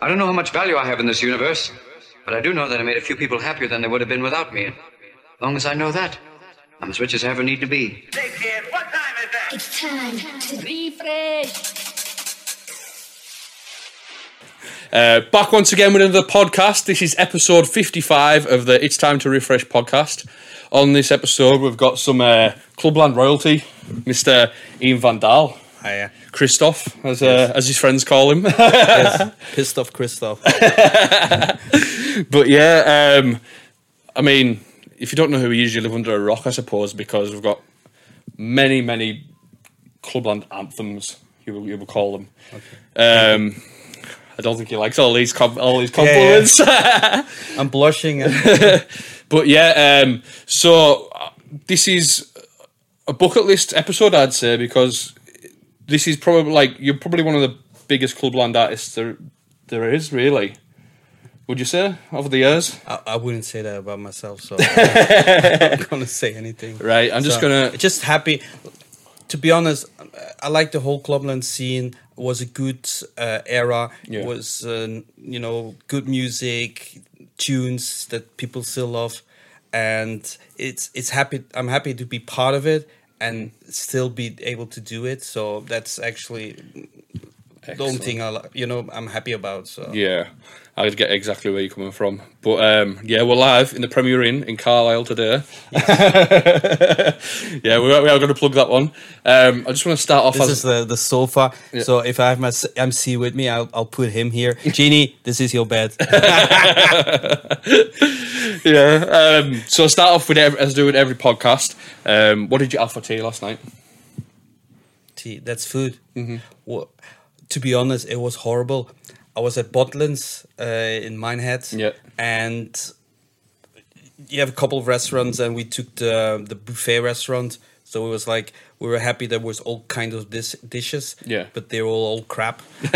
I don't know how much value I have in this universe, but I do know that I made a few people happier than they would have been without me. And as long as I know that, I'm as rich as I ever need to be. Hey, kid, what time is that? It's time to refresh. Uh, back once again with another podcast. This is episode 55 of the It's Time to Refresh podcast. On this episode, we've got some uh, Clubland royalty, Mr. Ian Van Dahl, Hiya. Christoph, as, uh, as his friends call him. Pissed off Christoph. but yeah, um, I mean, if you don't know who we usually live under a rock, I suppose, because we've got many, many Clubland anthems, you will, you will call them. Um, I don't think he likes all these com- all these yeah. compliments. I'm blushing. But yeah, um, so uh, this is a bucket list episode, I'd say, because this is probably like you're probably one of the biggest clubland artists there there is, really. Would you say over the years? I, I wouldn't say that about myself, so I'm not gonna say anything. Right, I'm just So, gonna- just happy. To be honest, I like the whole Clubland scene. It was a good uh, era. Yeah. It was uh, you know good music, tunes that people still love, and it's it's happy. I'm happy to be part of it and still be able to do it. So that's actually the only Excellent. thing I li- you know I'm happy about. So Yeah, I get exactly where you're coming from. But um, yeah, we're live in the Premier Inn in Carlisle today. yeah, we are, we are going to plug that one. Um, I just want to start off This as is the, the sofa. So if I have my s- MC with me, I'll, I'll put him here. Genie, this is your bed. yeah. Um, so start off with every, as I do with every podcast. Um, what did you have for tea last night? Tea, that's food. Mm-hmm. Well, to be honest, it was horrible. I was at Botlands uh, in Minehead. Yeah. And you have a couple of restaurants, and we took the, the buffet restaurant. So it was like we were happy there was all kind of dis- dishes, Yeah. but they were all, all crap. Give,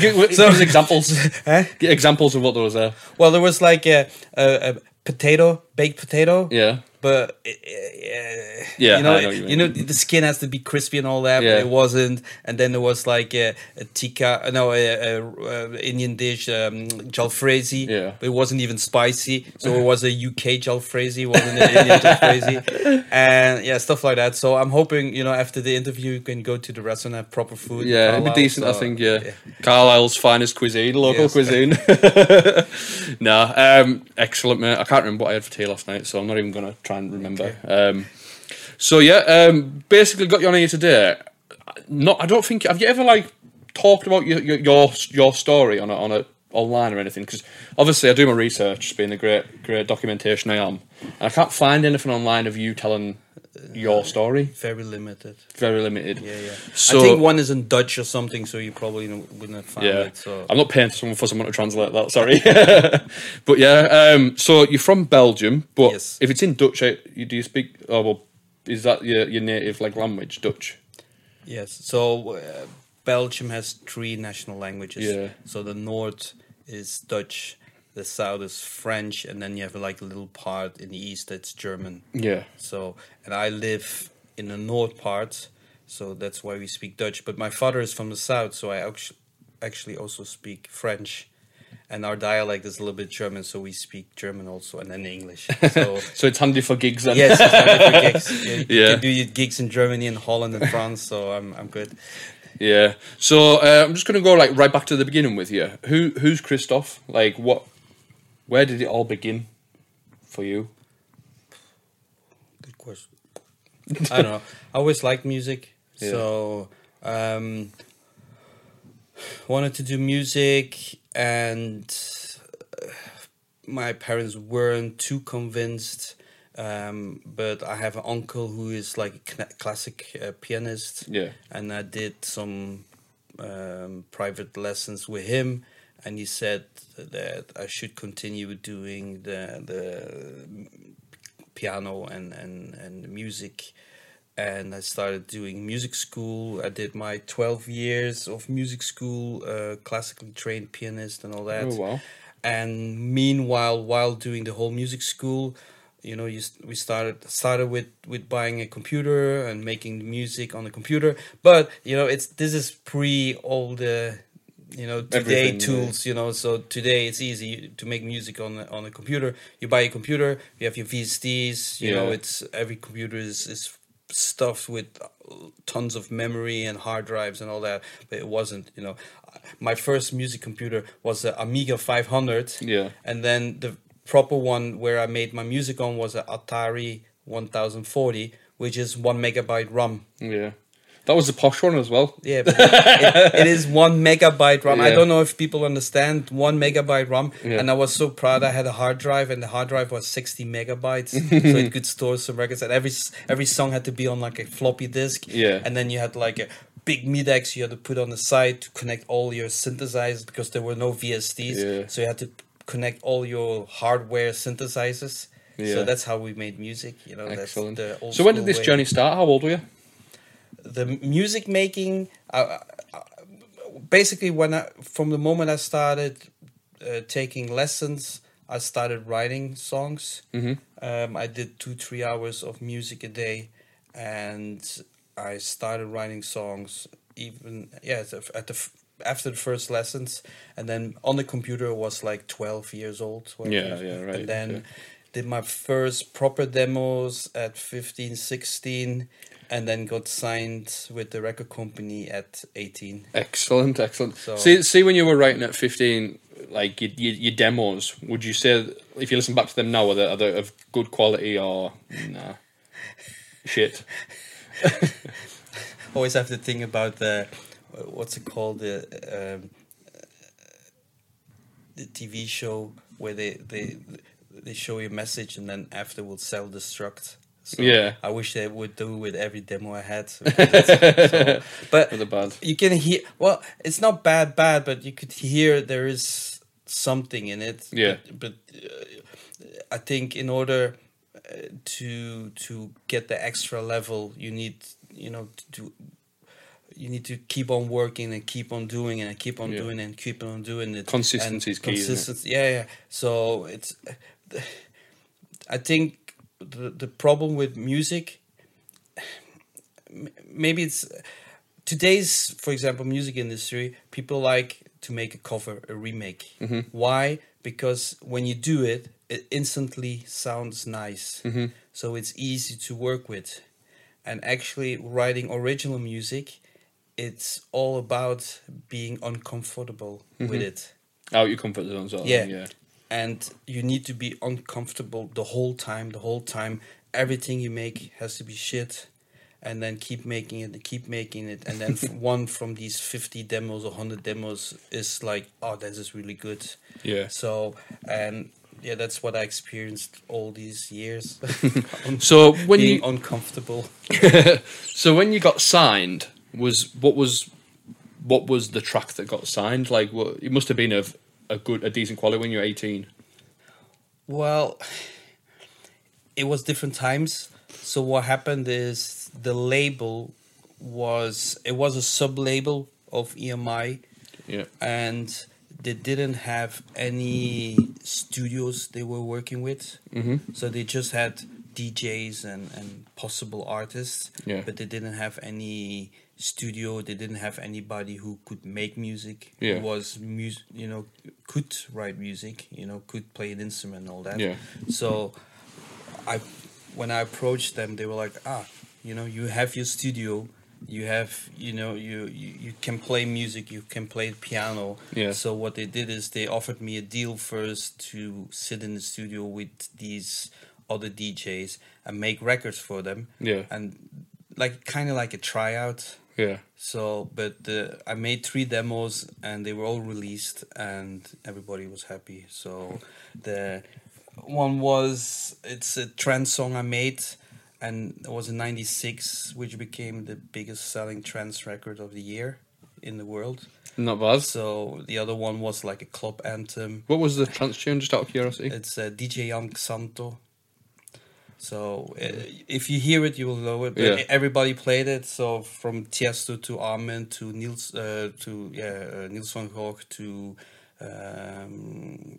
give, give us examples. Get examples of what there was there. Well, there was like a, a, a potato, baked potato. Yeah. But uh, uh, Yeah, you know, I know what you you, mean. know, the skin has to be crispy and all that, Yeah. but it wasn't. And then there was like a, a tikka, uh, no, a, a, a Indian dish, um, jalfrezi. Yeah. but it wasn't even spicy, so it was a UK jalfrezi, it wasn't an Indian jalfrezi, and yeah, stuff like that. So I'm hoping you know after the interview you can go to the restaurant and have proper food. in Yeah, it'd Carlisle, be decent, I so, think. Yeah. Carlisle's finest cuisine, local Yes. cuisine. nah, um, excellent, mate. I can't remember what I had for tea last night, so I'm not even going to try and remember. Um, so yeah, um, basically got you on here today. Not, I don't think have you ever like talked about your your your, your story on a, on a online or anything? Because obviously I do my research, being the great great documentation I am. And I can't find anything online of you telling your story. very limited. Very limited. Yeah, yeah. So- I think one is in Dutch or something, so you probably wouldn't find Yeah, it. So I'm not paying someone for someone to translate that. Sorry, but yeah. Um, so you're from Belgium, but Yes. if it's in Dutch, eh, you, do you speak? Oh well, is that your, your native like language, Dutch? Yes. So uh, Belgium has three national languages. Yeah. So the north is Dutch, the south is French, and then you have like a little part in the east that's German. Yeah, So, and I live in the north part, so that's why we speak Dutch. But my father is from the south, so I actu- actually also speak French. And our dialect is a little bit German, so we speak German also, and then English. So so it's handy for gigs. Then. yes, it's not good gigs. You- you Yeah. can do your gigs in Germany and Holland and France, so I'm I'm good. yeah. So uh, I'm just gonna go like right back to the beginning with you. Who who's Christoph? Like what? Where did it all begin for you? Good question. I don't know. I always liked music, Yeah. so um, wanted to do music, and uh, my parents weren't too convinced. Um, but I have an uncle who is like a cla- classic uh, pianist, Yeah. and I did some um, private lessons with him, and he said that I should continue doing the the piano and and and music and i started doing music school i did my 12 years of music school uh, classically trained pianist and all that Oh, wow. and meanwhile while doing the whole music school you know you, s- we started started with with buying a computer and making music on the computer but you know it's this is pre all the you know today Everything, tools you know so today it's easy to make music on a- on a computer you buy a computer you have your VSTs you know Yeah. it's every computer is is stuffed with tons of memory and hard drives and all that but it wasn't you know my first music computer was a Amiga 500 Yeah. and then the proper one where I made my music on was a Atari 1040 which is 1 megabyte RAM Yeah. That was the posh one as well. yeah, but it, it is one megabyte RAM. I Yeah. don't know if people understand one megabyte RAM. Yeah. And I was so proud. I had a hard drive, and the hard drive was sixty megabytes, so it could store some records. And every s- every song had to be on like a floppy disk. Yeah. and then you had like a big MIDX you had to put on the side to connect all your synthesizers because there were no VSTs. Yeah. So you had to connect all your hardware synthesizers. Yeah. So that's how we made music. You know, Excellent. that's the old So when did school this way journey start? How old were you? the music making I, I, I- basically when i from the moment i started uh, taking lessons i started writing songs Mm-hmm. um, i did two three hours of music a day and i started writing songs even yeah at the, at the f- after the first lessons and then on the computer I was like 12 years old 12 Yeah, years yeah, old. right, and then okay. did my first proper demos at 15 16 and then got signed with the record company at 18 Excellent, excellent. So- see, see, when you were writing at fifteen, like your, your, your demos, would you say if you listen back to them now, are they, are they of good quality or nah? Shit. always have to think about the what's it called the um, the tv show where they they they show you a message and then after will self-destruct so Yeah. i wish they would do with every demo i had So- but With the band. you can hear well it's not bad bad but you could hear there is something in it Yeah. but, but uh, i think in order uh, to to get the extra level you need you know to do you need to keep on working and keep on doing and keep on Yeah. doing and keep on doing it. Consistency is and key, isn't it? Consistency, yeah, yeah. So it's, I think the the problem with music, m- maybe it's today's, for example, music industry. People like to make a cover, a remake. Why? Because when you do it, it instantly sounds nice. So it's easy to work with and actually writing original music it's all about being uncomfortable with it Out your comfort zone, sort of yeah. thing, yeah. and you need to be uncomfortable the whole time the whole time everything you make has to be shit and then keep making it and keep making it and then f- one from these 50 demos or 100 demos is like oh this is really good Yeah. so and yeah that's what i experienced all these years So when being you uncomfortable so when you got signed, was what was what was the track that got signed? Like, what, it must have been of a good, a decent quality when you were eighteen. Well, it was different times. So what happened is the label was it was a sub label of EMI, Yeah. and they didn't have any studios they were working with. Mm-hmm. So they just had DJs and and possible artists. Yeah. But they didn't have any studio. They didn't have anybody who could make music. who Yeah. Was music, you know, could write music. You know, could play an instrument and all that. Yeah. So I when I approached them they were like, "Ah, you know, you have your studio, you have, you know, you you, you can play music, you can play the piano." Yeah. So what they did is they offered me a deal first to sit in the studio with these other DJs and make records for them. Yeah. And like kind of like a tryout. Yeah. So, but the, I made three demos and they were all released and everybody was happy. So, the one was it's a trance song I made and it was in 96 which became the biggest selling trance record of the year in the world. Not bad. So, the other one was like a club anthem. What was the trance tune? Just out of curiosity. It's uh, DJ Young Santo. So uh, if you hear it, you will know it. But Yeah. everybody played it. So from Tiesto to Armin to Niels uh, to yeah uh, Niels van Gogh to um,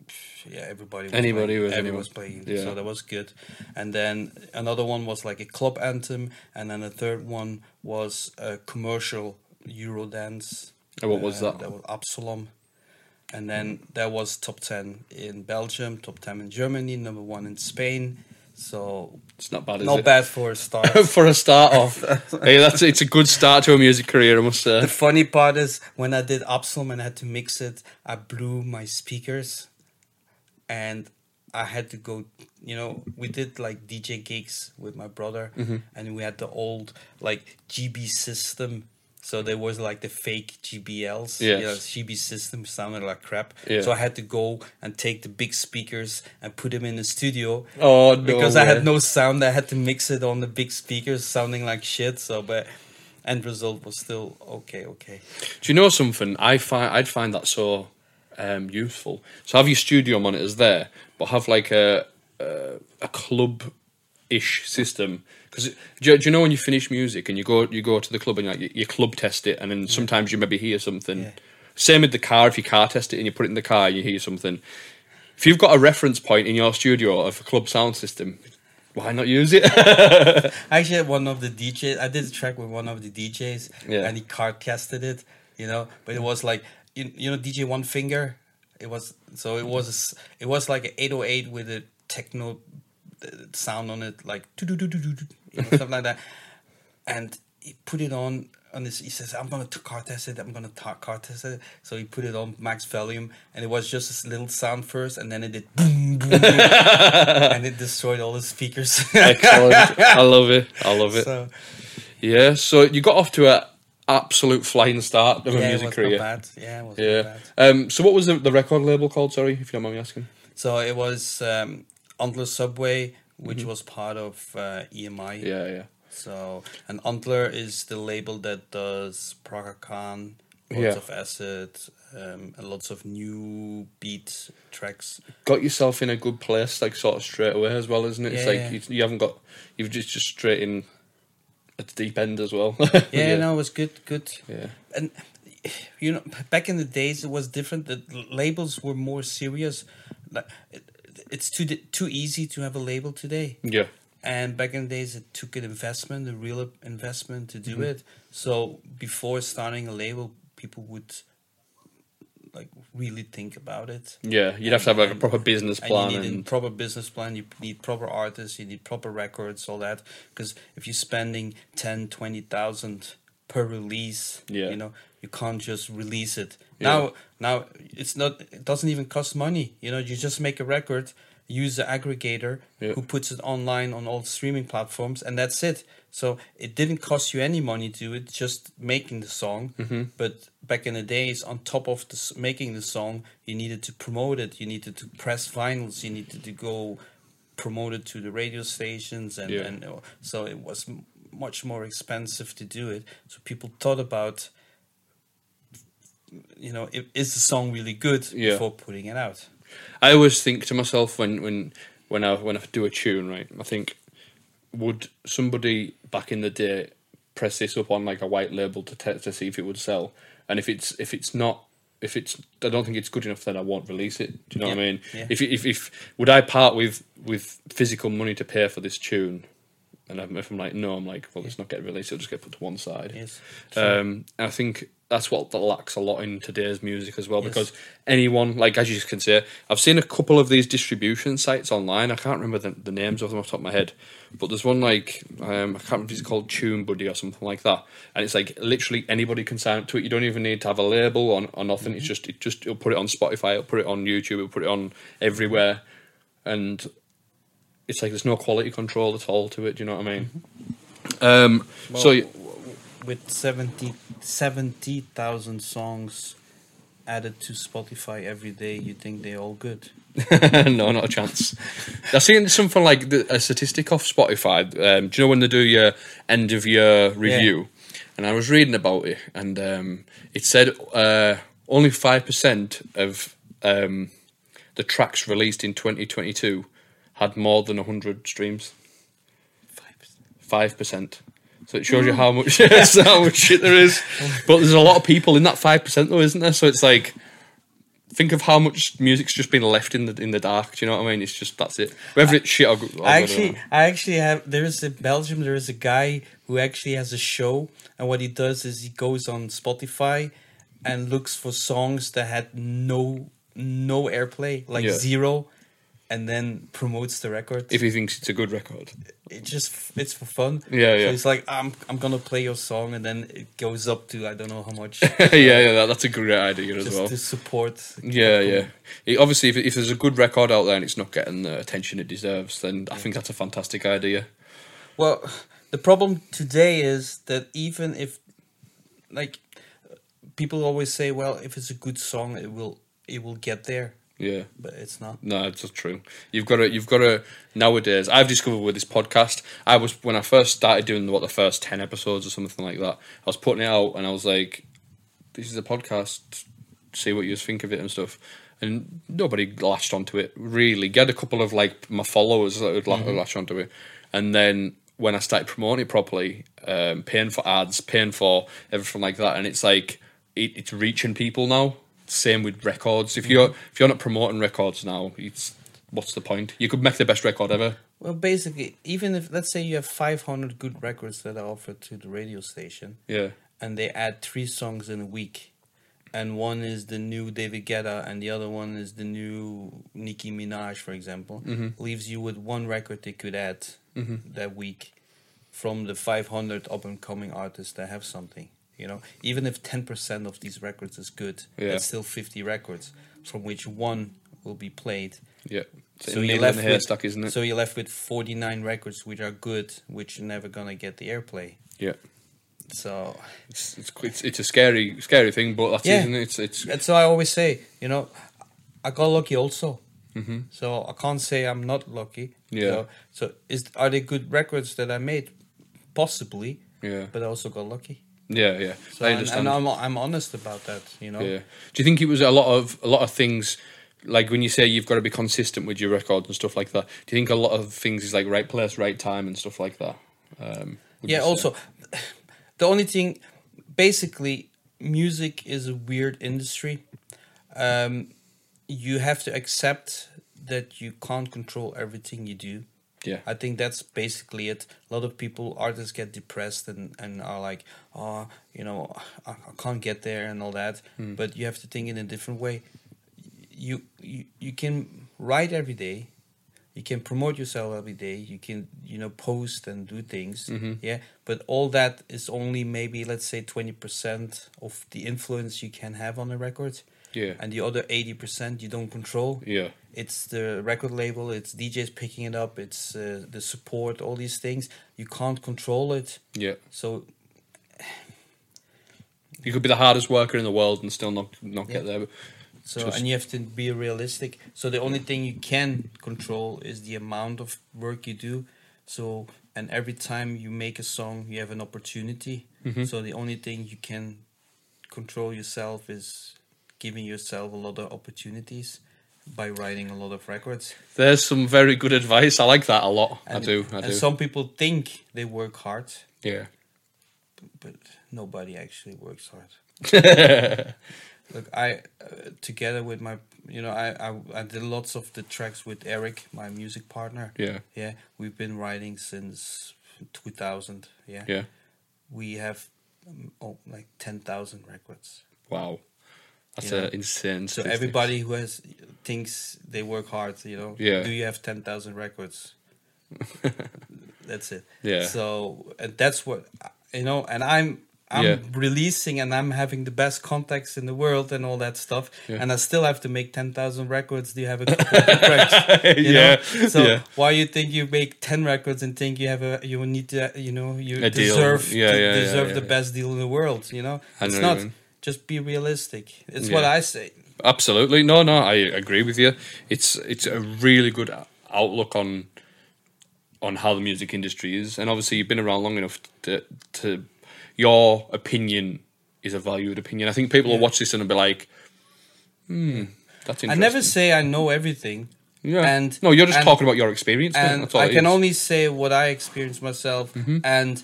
yeah everybody. Was Anybody playing, was everyone anyone. was playing. Yeah. So that was good. And then another one was like a club anthem, and then the third one was a commercial Eurodance. Oh, what was Uh, that? There was Absalom. And then there was top 10 in Belgium, top 10 in Germany, number one in Spain. So It's not bad, is not it? bad for a start. for a start off. hey, that's it's a good start to a music career, I must say. the funny part is when I did Absalom and I had to mix it, I blew my speakers and I had to go, you know, we did like DJ gigs with my brother Mm-hmm. and we had the old like GB system. So there was like the fake Yes. GBLs. Yeah, GB system sounded like crap. Yeah. So I had to go and take the big speakers and put them in the studio Oh no! because I way. had no sound. I had to mix it on the big speakers, sounding like shit. So, but end result was still okay. Okay. Do you know something? I find I'd find that so um, useful. So have your studio monitors there, but have like a a, a club ish system. Because do, you- do you know when you finish music and you go you go to the club and like you, you club test it, and then sometimes you maybe hear something. Yeah. Same with the car. If you car test it and you put it in the car, you hear something. If you've got a reference point in your studio of a club sound system, why not use it? I actually had one of the DJs. I did a track with one of the DJs, Yeah. and he card casted it. You know, but it was like you, you know DJ One Finger. It was so it was a s it was like an 808 with a techno uh, sound on it, like do do do do do you know, stuff like that. And he put it on on this. He says, "I'm gonna t- car test it. I'm gonna ta- car test it." So he put it on max volume, and it was just this little sound first, and then it did boom, boom, boom and it destroyed all the speakers. Excellent. I love it. I love it. so. Yeah, so you got off to a absolute flying start of a yeah, it music was career. Not bad. Yeah, it was Yeah. not bad. Um, so what was the, the record label called? Sorry, if you don't mind me asking. So it was um, Antler Subway, which was part of uh, EMI. Mm-hmm. Yeah, yeah. So and Antler is the label that does Praga Khan, lots Yeah. of acid, um, and lots of new beat tracks. Got yourself in a good place, like sort of straight away as well, isn't it? it's Yeah, like yeah. You, you haven't got, you've just just straight in at the deep end as well. Yeah, no, it was good, good. Yeah. And you know, back in the days, it was different. The l- labels were more serious. Like, it- It's too di- too easy to have a label today. Yeah. And back in the days, it took an investment, a real investment to do Mm-hmm. it. So before starting a label, people would like really think about it. Yeah. You'd have to have like a proper business plan And you and, need a proper business plan. You need proper artists. You need proper records, all that. Because if you're spending ten, twenty thousand per release, Yeah. you know you can't just release it. Yeah. Now, now it's not. It doesn't even cost money. You know, you just make a record, use the aggregator Yeah. who puts it online on all streaming platforms, and that's it. So it didn't cost you any money to do it, just making the song. Mm-hmm. But back in the days, on top of the, s- making the song, you needed to promote it. You needed to press vinyls. You needed to go promote it to the radio stations, and, Yeah. and uh, so it was m- much more expensive to do it. So people thought about, you know, i- is the song really good Yeah. before putting it out? I always think to myself when when when I when I do a tune, right? I think would somebody back in the day press this up on like a white label to test to see if it would sell, and if it's if it's not. If it's, I don't think it's good enough. Then I won't release it. Do you know what I Yeah, mean? yeah. If, if if would I part with with physical money to pay for this tune, and I'm, if I'm like no, I'm like well, it's not getting released. It'll just get put to one side. Yes. Um, I think that's what that lacks a lot in today's music as well Yes. because anyone, like as you can say, I've seen a couple of these distribution sites online. I can't remember the, the names of them off the top of my head, but there's one like um, I can't remember if it's called Tune Buddy or something like that, and it's like literally anybody can sign up to it. You don't even need to have a label or, or nothing. Mm-hmm. It's just it just it'll put it on Spotify, it'll put it on YouTube, it'll put it on everywhere, and it's like there's no quality control at all to it. Do you know what I mean? Um, so. Mm-hmm. Well, with 70 70,000 songs added to Spotify every day, you think they're all good? no, not a chance. I've seen something like the, a statistic off Spotify. Um, do you know when they do your end of year review? And I was reading about it, and um, it said uh, only five percent of um, the tracks released in 2022 had more than 100 streams. Five percent. So it shows you how much how much shit there is. But there's a lot of people in that five percent though, isn't there? So it's like think of how much music's just been left in the in the dark. Do you know what I mean? It's just that's it. Whether it's shit or good. or I good, don't actually, I actually have. There is in Belgium. There is a guy who actually has a show, and what he does is he goes on Spotify, and looks for songs that had no no airplay, like Yeah. zero, and then promotes the record. if he thinks it's a good record. it just it's for fun. Yeah, yeah. So it's like I'm I'm gonna play your song, and then it goes up to I don't know how much. yeah, yeah, that, that's a great idea as Just well. to support. Yeah, yeah. It- obviously, if, if there's a good record out there and it's not getting the attention it deserves, then I think that's a fantastic idea. Well, the problem today is that even if, like, people always say, well, if it's a good song, it will it will get there, Yeah. but it's not. No, it's not true. You've got to, you've got to. Nowadays, I've discovered with this podcast, I was when I first started doing what the first ten episodes or something like that. I was putting it out, and I was like, "This is a podcast. See what you think of it and stuff." And nobody latched onto it really. Get a couple of like my followers that would la- Mm-hmm. latch onto it, and then when I started promoting it properly, um, paying for ads, paying for everything like that, and it's like it, it's reaching people now. Same with records. If you're if you're not promoting records now, it's what's the point? You could make the best record ever. Well, basically, even if let's say you have 500 good records that are offered to the radio station, Yeah, and they add three songs in a week, and one is the new David Guetta, and the other one is the new Nicki Minaj, for example, Mm-hmm. leaves you with one record they could add that week from the 500 up and coming artists that have something. You know, even if 10% of these records is good, Yeah. that's still 50 records from which one will be played yeah. It's a needle in the haystack, isn't it? so you're left with 49 records which are good, which are never gonna get the airplay. yeah, So it's, it's it's it's a scary scary thing, but that's it, Yeah. isn't it? It's it's that's what I always say. You know, I got lucky also. So I can't say I'm not lucky. Mm-hmm. Yeah. So, so is are they good records that I made? Possibly. Yeah. But I also got lucky. yeah yeah. So I and- understand. And, I'm I'm honest about that. You know. Yeah. Do you think it was a lot of a lot of things like when you say you've got to be consistent with your records and stuff like that? Do you think a lot of things is like right place, right time, and stuff like that? Um, would yeah you say? also the only thing basically music is a weird industry um you have to accept that you can't control everything you do Yeah. i think that's basically it a lot of people artists get depressed and and are like oh you know i, I can't get there and all that but you have to think in a different way you you, you can write every day you can promote yourself every day you can you know post and do things yeah but all that is only maybe let's say 20% of the influence you can have on a record Yeah. and the other 80% you don't control Yeah. it's the record label it's djs picking it up it's uh, the support all these things you can't control it Yeah. so You could be the hardest worker in the world and still not not get Yeah. there. But So Just- and you have to be realistic. So the only thing you can control is the amount of work you do. So and every time you make a song, you have an opportunity. Mm-hmm. So the only thing you can control yourself is giving yourself a lot of opportunities by writing a lot of records. there's some very good advice. I like that a lot. I And- do. I do. And some people think they work hard, yeah. but nobody actually works hard. Look, I uh, together with my, you know, I, I I did lots of the tracks with Eric, my music partner. Yeah. Yeah, we've been writing since 2000. Yeah, Yeah. we have um, oh, like 10,000 records. Wow. That's Yeah. a insane. So statistic. everybody who has thinks they work hard, you know, Yeah. do you have 10,000 records? that's it. Yeah. So and that's what you know, and I'm. I'm Yeah. releasing and I'm having the best contacts in the world and all that stuff, Yeah. and I still have to make ten thousand records. Do you have a couple of tracks? You yeah. Know? So yeah. why you think you make ten records and think you have a you need to you know you A deal. deserve Yeah, to yeah, yeah, deserve yeah, the yeah. best deal in the world? You know, I it's know what you not mean. just be realistic. It's what Yeah. I say. Absolutely. No, no, I agree with you. It's it's a really good outlook on on how the music industry is, and obviously you've been around long enough to, to your opinion is a valued opinion. I think people will watch this and be like, "Hmm, that's interesting." I never say I know everything. Yeah. And no, you're just and- talking about your experience. mate. and that's all I it can is. Mm-hmm. only say what I experienced myself. And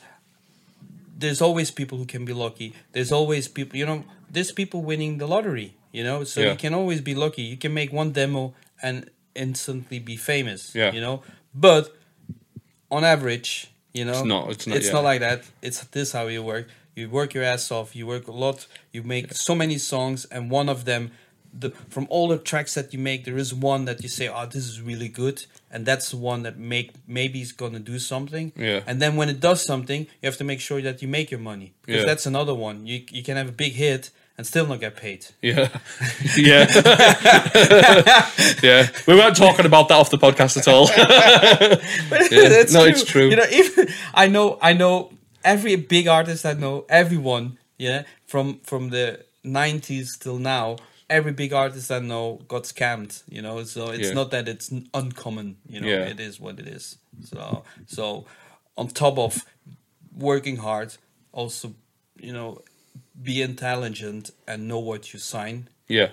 there's always people who can be lucky. There's always people, you know, there's people winning the lottery, you know, so Yeah. you can always be lucky. You can make one demo and instantly be famous, Yeah. you know, but on average, you know, not- it's not- yeah. like that. It's this how you work. You work your ass off. You work a lot. You make so many songs, and one of them, the from all the tracks that you make, there is one that you say, "Oh, this is really good," and that's the one that make maybe is gonna do something. Yeah. And then when it does something, you have to make sure that you make your money because Yeah. that's another one. You you can have a big hit and still not get paid. Yeah. Yeah. yeah. We weren't talking about that off the podcast at all. Yeah. That's No, it's true. You know, even I know, I know every big artist I know, everyone, yeah, from from the '90s till now, every big artist I know got scammed. You know, so it's Yeah. not that it's n- uncommon. You know, Yeah. it is what it is. So, so on top of working hard, also, you know, be intelligent and know what you sign yeah.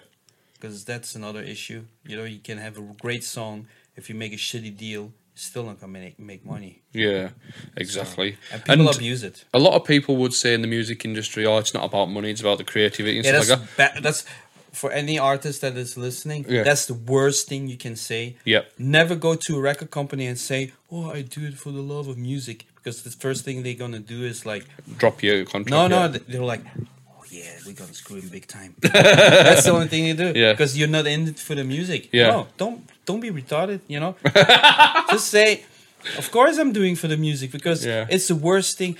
because that's another issue. You know, you can have a great song if you make a shitty deal, you're still not gonna make, make money, Yeah. Exactly. and people And, abuse it. a lot of people would say in the music industry, oh, it's not about money, it's about the creativity and Yeah, stuff that's like that. ba- that's for any artist that is listening. Yeah. That's the worst thing you can say. Yep. Never go to a record company and say, "Oh, I do it for the love of music," because the first thing they're gonna do is like, Drop your contract. "No, no," yeah. th- they're like. "Oh, Yeah, we're gonna screw him big time. That's the only thing you do. Yeah. Because you're not in it for the music. Yeah. No, don't don't be retarded, you know? just say, of course I'm doing for the music because Yeah. it's the worst thing.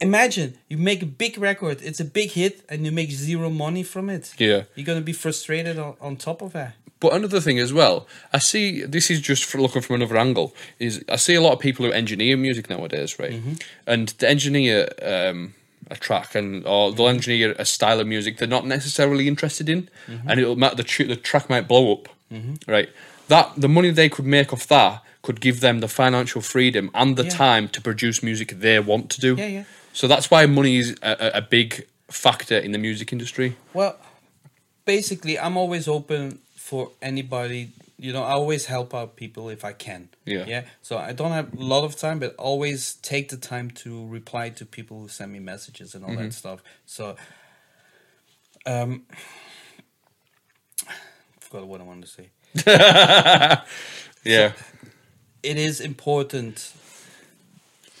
Imagine you make a big record, it's a big hit, and you make zero money from it. Yeah. You're gonna be frustrated on, on top of that. But another thing as well, I see this is just for looking from another angle. Is I see a lot of people who engineer music nowadays, right? Mm-hmm. And they engineer um, a track, and or they'll engineer a style of music they're not necessarily interested in, Mm-hmm. and it'll ma- the tr- the track might blow up, right? That the money they could make off that could give them the financial freedom and the Yeah. time to produce music they want to do. Yeah, yeah. So that's why money is a, a- a big factor in the music industry. Well, basically I'm always open for anybody you know, I always help out people if I can. Yeah. Yeah. So I don't have a lot of time, but always take the time to reply to people who send me messages and all that stuff. So um forgot what I wanted to say. Yeah, it is important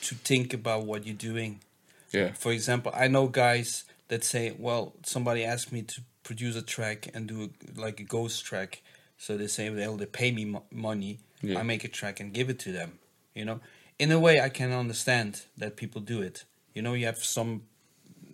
to think about what you're doing. yeah, For example, I know guys that say, "Well, somebody asked me to produce a track and do a, like a ghost track," so they say they'll they pay me mo- money. Yeah. I make a track and give it to them. You know, in a way, I can understand that people do it. You know, you have some,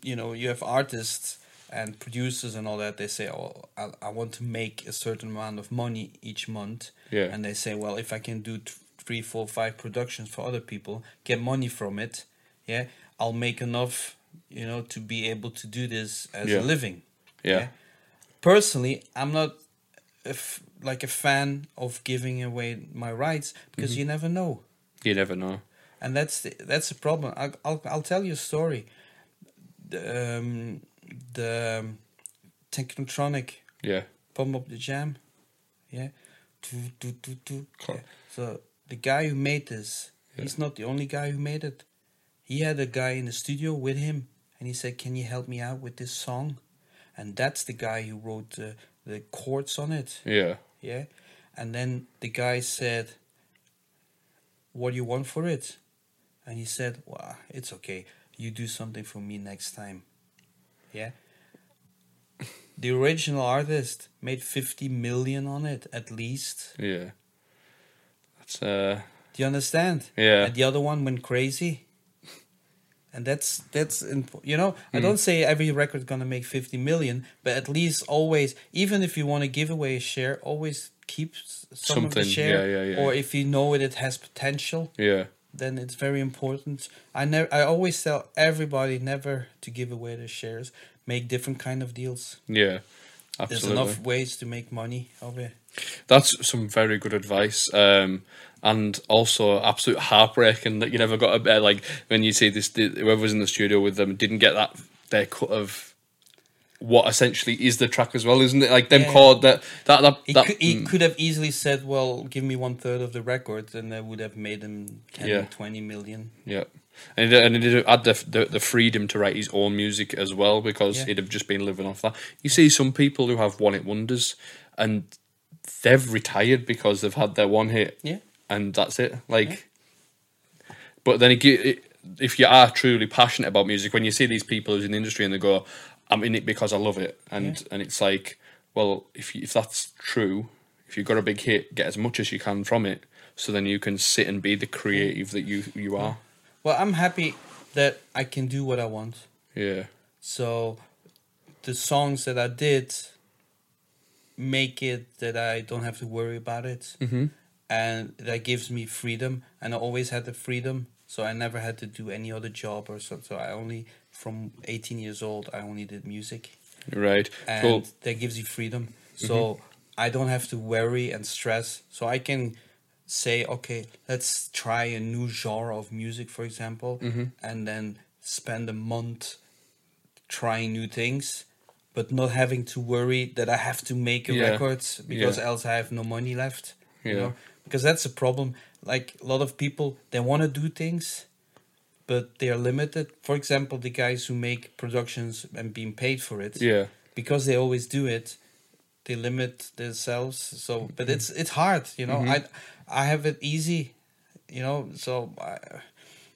you know, you have artists and producers and all that. They say, "Oh, I, I want to make a certain amount of money each month," Yeah. and they say, well, if I can do th- three, four, five productions for other people, get money from it, yeah, I'll make enough, you know, to be able to do this as Yeah. a living. yeah, Personally, I'm not a f- like a fan of giving away my rights because Mm-hmm. you never know You never know. and that's the, that's the problem. I'll, I'll I'll tell you a story. The um, the um, Technotronic Yeah. pump up the jam, yeah. Do, do, do, do. Cool. yeah. So the guy who made this, he's not the only guy who made it. He had a guy in the studio with him, and he said, "Can you help me out with this song?" And that's the guy who wrote the, the chords on it. Yeah. Yeah. And then the guy said, What do you want for it? And he said, Well, it's okay. You do something for me next time. Yeah. The original artist made 50 million on it, at least. Yeah. That's uh Do you understand? Yeah. And the other one went crazy. And that's that's imp- you know I Hmm. don't say every record gonna make fifty million, but at least always, even if you want to give away a share, always keep s- some of the Something, share. yeah, yeah, yeah. Or if you know it, it has potential, yeah. then it's very important. I never, I always tell everybody never to give away their shares. Make different kind of deals. Yeah. There's Absolutely. enough ways to make money of it. That's some very good advice. Um and also absolute heartbreaking that you never got a bit like when you see this whoever was in the studio with them didn't get that their cut of what essentially is the track as well, isn't it? Like them Yeah. chord that that that, He, that mm. could, he could have easily said, "Well, give me one third of the record," and that would have made him 10, Yeah. 20 million. yeah. And he and he did had the, the the freedom to write his own music as well because Yeah. he'd have just been living off that. You see some people who have one hit wonders and they've retired because they've had their one hit Yeah. and that's it. Like, but then it, gi- it if you are truly passionate about music, when you see these people who's in the industry and they go, "I'm in it because I love it," and and it's like, well, if you, if that's true, if you've got a big hit, get as much as you can from it, so then you can sit and be the creative that you you are. Well, I'm happy that I can do what I want. Yeah, So the songs that I did make it that I don't have to worry about it. Mm-hmm. And that gives me freedom. And I always had the freedom. So I never had to do any other job or something. So I only, from 18 years old, I only did music. right. And Cool. Mm-hmm. that gives you freedom. So I don't have to worry and stress. So I can say, okay, let's try a new genre of music, for example, Mm-hmm. and then spend a month trying new things, but not having to worry that I have to make a Yeah. record because Yeah. else I have no money left. You Yeah. know? Because that's a problem. Like a lot of people, they want to do things, but they are limited. For example, the guys who make productions and being paid for it, Yeah. because they always do it, they limit themselves. So, but it's it's hard, you know. I I have it easy, you know. So I,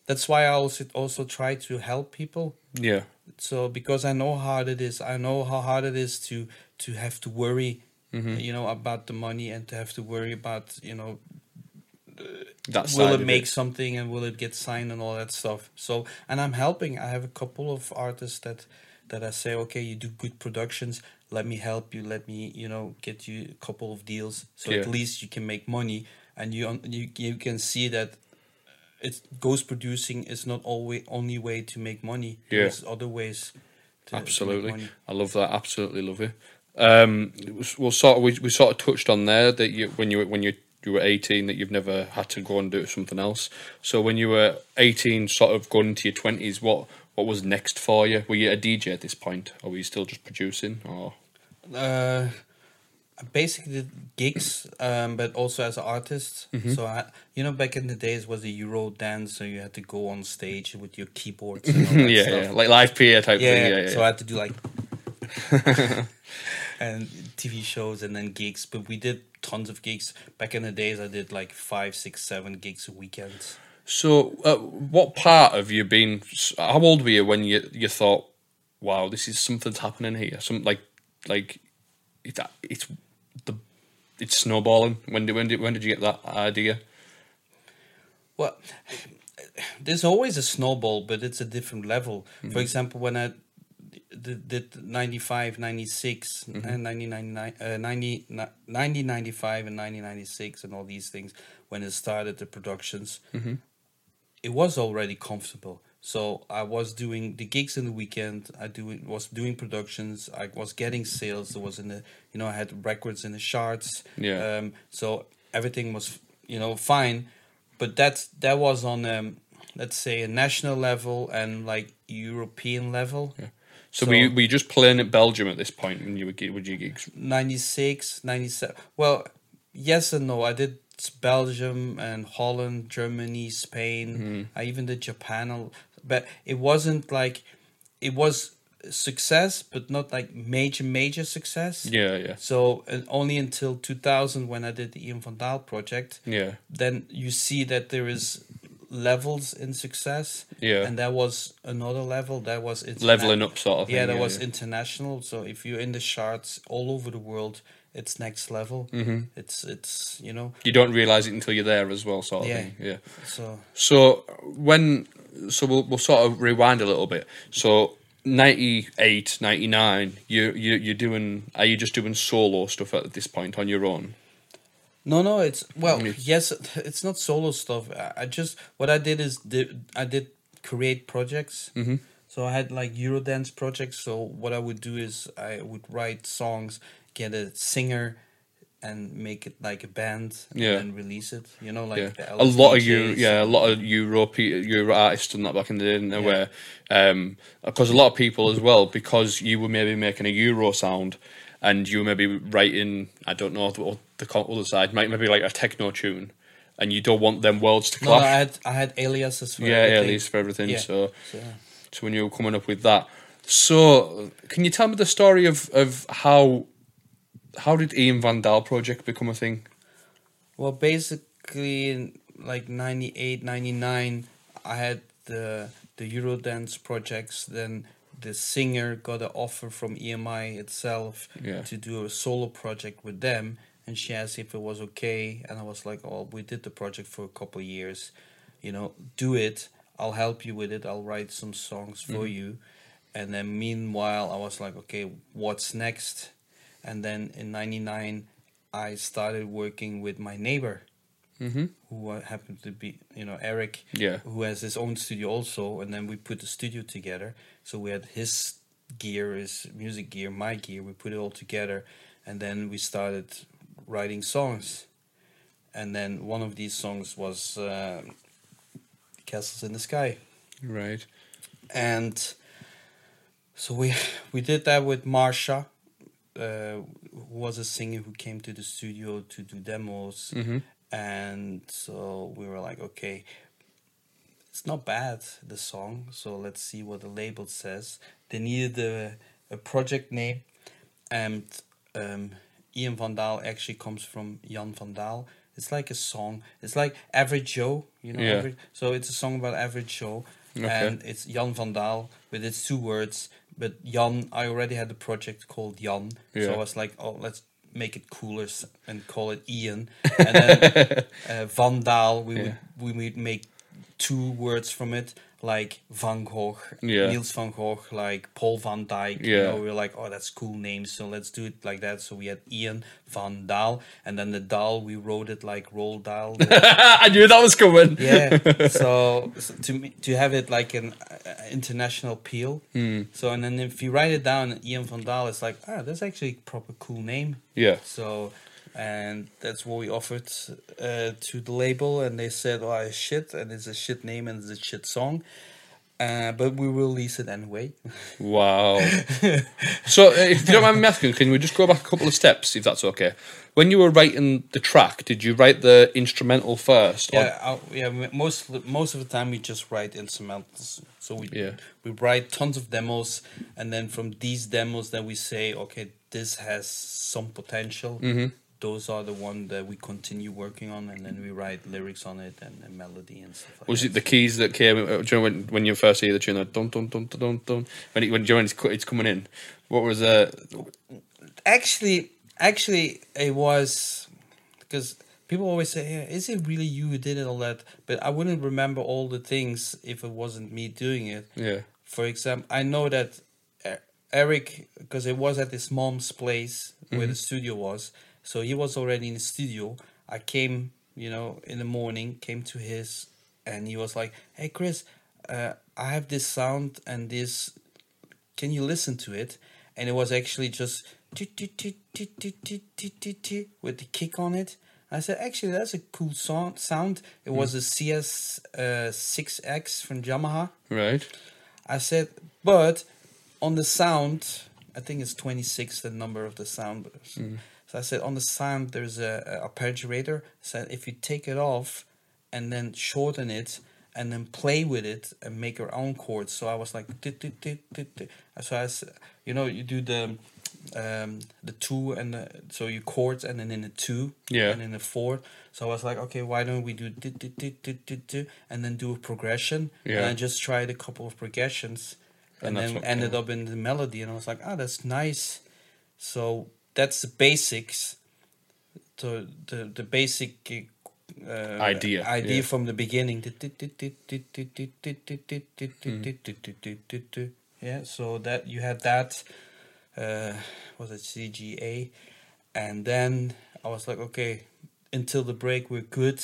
that's why I also also try to help people Yeah, so because i know how hard it is i know how hard it is to to have to worry you know about the money and to have to worry about you know that's will it make something and will it get signed and all that stuff so and i'm helping i have a couple of artists that that i say okay you do good productions let me help you let me you know get you a couple of deals so at Yeah. least you can make money and you you, you can see that it's ghost producing is not always only way to make money Yeah. there's other ways to- to, make Absolutely, money. I love that. Absolutely love it. Um, it was- well, sort of, we, we sort of touched on there that you when you were- when you you were eighteen that you've never had to go and do something else. So when you were eighteen, sort of going into your twenties, what what was next for you? Were you a DJ at this point, or were you still just producing? Or uh, basically did gigs, um, but also as an artist. Mm-hmm. So I, you know, back in the days was the Euro dance, so you had to go on stage with your keyboards. And all that yeah, stuff. yeah, like live PA type yeah, thing. Yeah, yeah, So I had to do like and TV shows and then gigs, but we did tons of gigs back in the days. I did like five, six, seven gigs a weekend. So, uh, what part of you been? How old were you when you you thought, "Wow, this is something's happening here"? Some like, like, it's it's the it's snowballing. When did when did when did you get that idea? Well, there's always a snowball, but it's a different level. For example, when I did, did 95, 96, and 1999, uh, 90, ni- 1995 and 1996 and all these things, when it started the productions, it was already comfortable. So I was doing the gigs in the weekend. I do was doing productions. I was getting sales. There was in the you know I had records in the charts. Yeah. Um, so everything was you know fine, but that's that was on um, let's say a national level and like European level. So, So- were you, were you just playing at Belgium at this point when you were gi- with your gigs? 96, 97. Well, yes and no. I did Belgium and Holland, Germany, Mm-hmm. Spain. I even did Japan. a l- But it wasn't like, it was success, but not like major, major success. Yeah, yeah, So and only until 2000 when I did the Ian van Dahl project. yeah, Then you see that there is levels in success. Yeah. And that was another level. That was leveling interna- up sort of. Thing. yeah, that was international. So if you're in the charts all over the world, it's next level. Mm-hmm. It's it's you know you don't realize it until you're there as well, sort of Yeah. thing. Yeah. so So when so we'll, we'll sort of rewind a little bit. So 98, 99, you you you're doing are you just doing solo stuff at this point on your own? no no it's well Mm. yes it's not solo stuff. I, I just what I did is did, I did create projects. Mm-hmm. So I had like Eurodance projects. So what I would do is I would write songs, get a singer. And make it like a band, and Yeah. then release it. You know, like Yeah. the A lot of you LSDJs. yeah, a lot of Europe Euro artists done that back in the day, didn't they? Yeah. Where um because a lot of people as well, because you were maybe making a Euro sound and you were maybe writing I don't know the, the co- other side, might maybe like a techno tune and you don't want them worlds to No, no, clash. I had I had aliases for yeah, yeah, everything. least for everything. Yeah. So So- So when you were coming up with that, so can you tell me the story of of how how did Ian Van Dahl project become a thing? Well, basically, in like 98, 99, I had the the Eurodance projects. Then the singer got an offer from EMI itself Yeah. to do a solo project with them, and she asked if it was okay. And I was like, "Oh, we did the project for a couple of years, you know, do it. I'll help you with it. I'll write some songs for you." And then meanwhile, I was like, "Okay, what's next?" And then in '99, I started working with my neighbor who uh, happened to be you know Eric, Yeah. who has his own studio also, and then we put the studio together. So we had his gear, his music gear, my gear. We put it all together, and then we started writing songs. And then one of these songs was uh, "Castles in the Sky," Right. and so we we did that with Marsha, uh, who was a singer who came to the studio to do demos, Mm-hmm. and so we were like, okay, it's not bad the song, so let's see what the label says. They needed a, a project name, and um, Ian Van Dahl actually comes from Jan Van Dahl. It's like a song. It's like Average Joe, you know. Yeah. Average, so it's a song about Average Joe, Okay. and it's Jan van Daal with its two words. But Jan, I already had a project called Jan, so Yeah. I was like, oh, let's make it cooler s- and call it Ian. And then uh, Van Daal, we Yeah. would we would make two words from it, like Van Gogh, Yeah. Niels van Gogh, like Paul van Dyck. You Yeah. know, we were like, oh, that's cool names, so let's do it like that. So we had Ian Van Daal, and then the Daal, we wrote it like Roll Dahl. I knew that was coming. yeah so, so to me, to have it like an uh, uh, international appeal so and then if you write it down ian van dahl is like ah that's actually a proper cool name Yeah. so and that's what we offered uh, to the label and they said oh shit and it's a shit name and it's a shit song uh, but we will release it anyway Wow. so, uh, if you don't mind me asking, can we just go back a couple of steps, if that's okay? When you were writing the track, did you write the instrumental first? or- yeah, I, yeah. m- Most of the- most of the time we just write instrumentals. So we Yeah. we write tons of demos, and then from these demos, then we say, okay, this has some potential. Mm-hmm. Those are the one that we continue working on, and then we write lyrics on it and, and melody and stuff. Like was that. it the keys that came? uh, Do you know when, when you first hear the tune, that dun dun dun dun dun dun? When it, when Joanne's cu- it's coming in, what was uh, actually actually it was because people always say "Hey, is it really you who did it all that but i wouldn't remember all the things if it wasn't me doing it Yeah. for example i know that E- eric because it was at his mom's place where the studio was so he was already in the studio i came you know in the morning came to his and he was like hey chris uh, i have this sound and this can you listen to it? And it was actually just tu- tu- tu- tu- tu- tu- tu- tu- tu with the kick on it. I said, actually, that's a cool song, sound. It was a CS6X from Yamaha. right? I said, but on the sound, I think it's 26, the number of the sound. So I said, on the sound, there's a, a arpeggiator. So if you take it off and then shorten it and then play with it and make your own chords. So I was like, "Dit, dit, dit, dit, dit." so I said, you know, you do the um the two and the so you chords and then in the two Yeah. and in the four so i was like okay why don't we do dit, dit, dit, dit, dit, dit, and then do a progression and Yeah. i just tried a couple of progressions And and, that's then what ended came. up in the melody and i was like ah that's nice so that's the basics the the, the basic uh, Idea, idea yeah. from the beginning yeah so that you had that uh was it cga and then i was like okay until the break we're good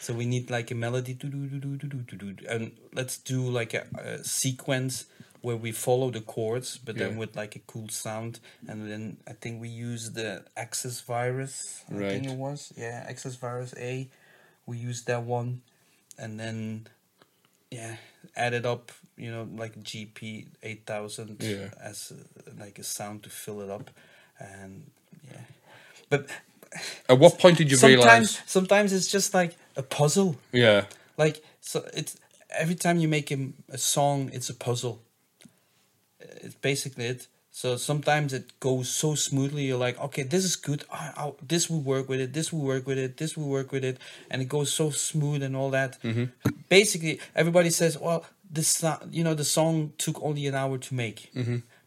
so we need like a melody, doo- doo- doo- doo- doo- doo- doo- doo- and let's do like a, a sequence where we follow the chords, but then Yeah. with like a cool sound. And then I think we used the Access Virus. I think Right. it was yeah, Access Virus A. We used that one, and then yeah, added up. You know, like GP eight thousand Yeah. as uh, like a sound to fill it up, and yeah, but At what point did you sometimes realize? sometimes it's just like a puzzle Yeah, like so it's every time you make a, a song it's a puzzle it's basically it So sometimes it goes so smoothly. You're like, okay, this is good. I, I, this will work with it. This will work with it. This will work with it, and it goes so smooth and all that. Basically, everybody says, well, this so- you know the song took only an hour to make.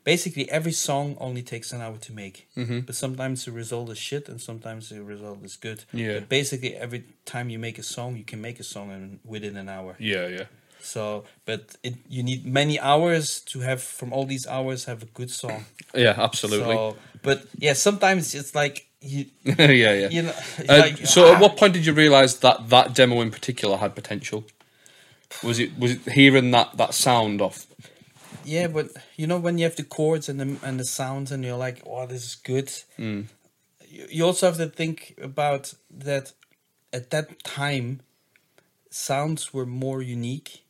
Basically, every song only takes an hour to make. But sometimes the result is shit, and sometimes the result is good. Yeah. But basically, every time you make a song, you can make a song in, within an hour. Yeah, yeah. So, but it, you need many hours to have from all these hours have a good song. Yeah, absolutely. So, but yeah, sometimes it's like you, yeah, yeah. you know. it's Uh, like, so, at ah, what point did you realise that that demo in particular had potential? Was it was it hearing that that sound off? Yeah, but you know when you have the chords and the and the sounds and you're like, oh, this is good. Mm. You, you also have to think about that. At that time, sounds were more unique.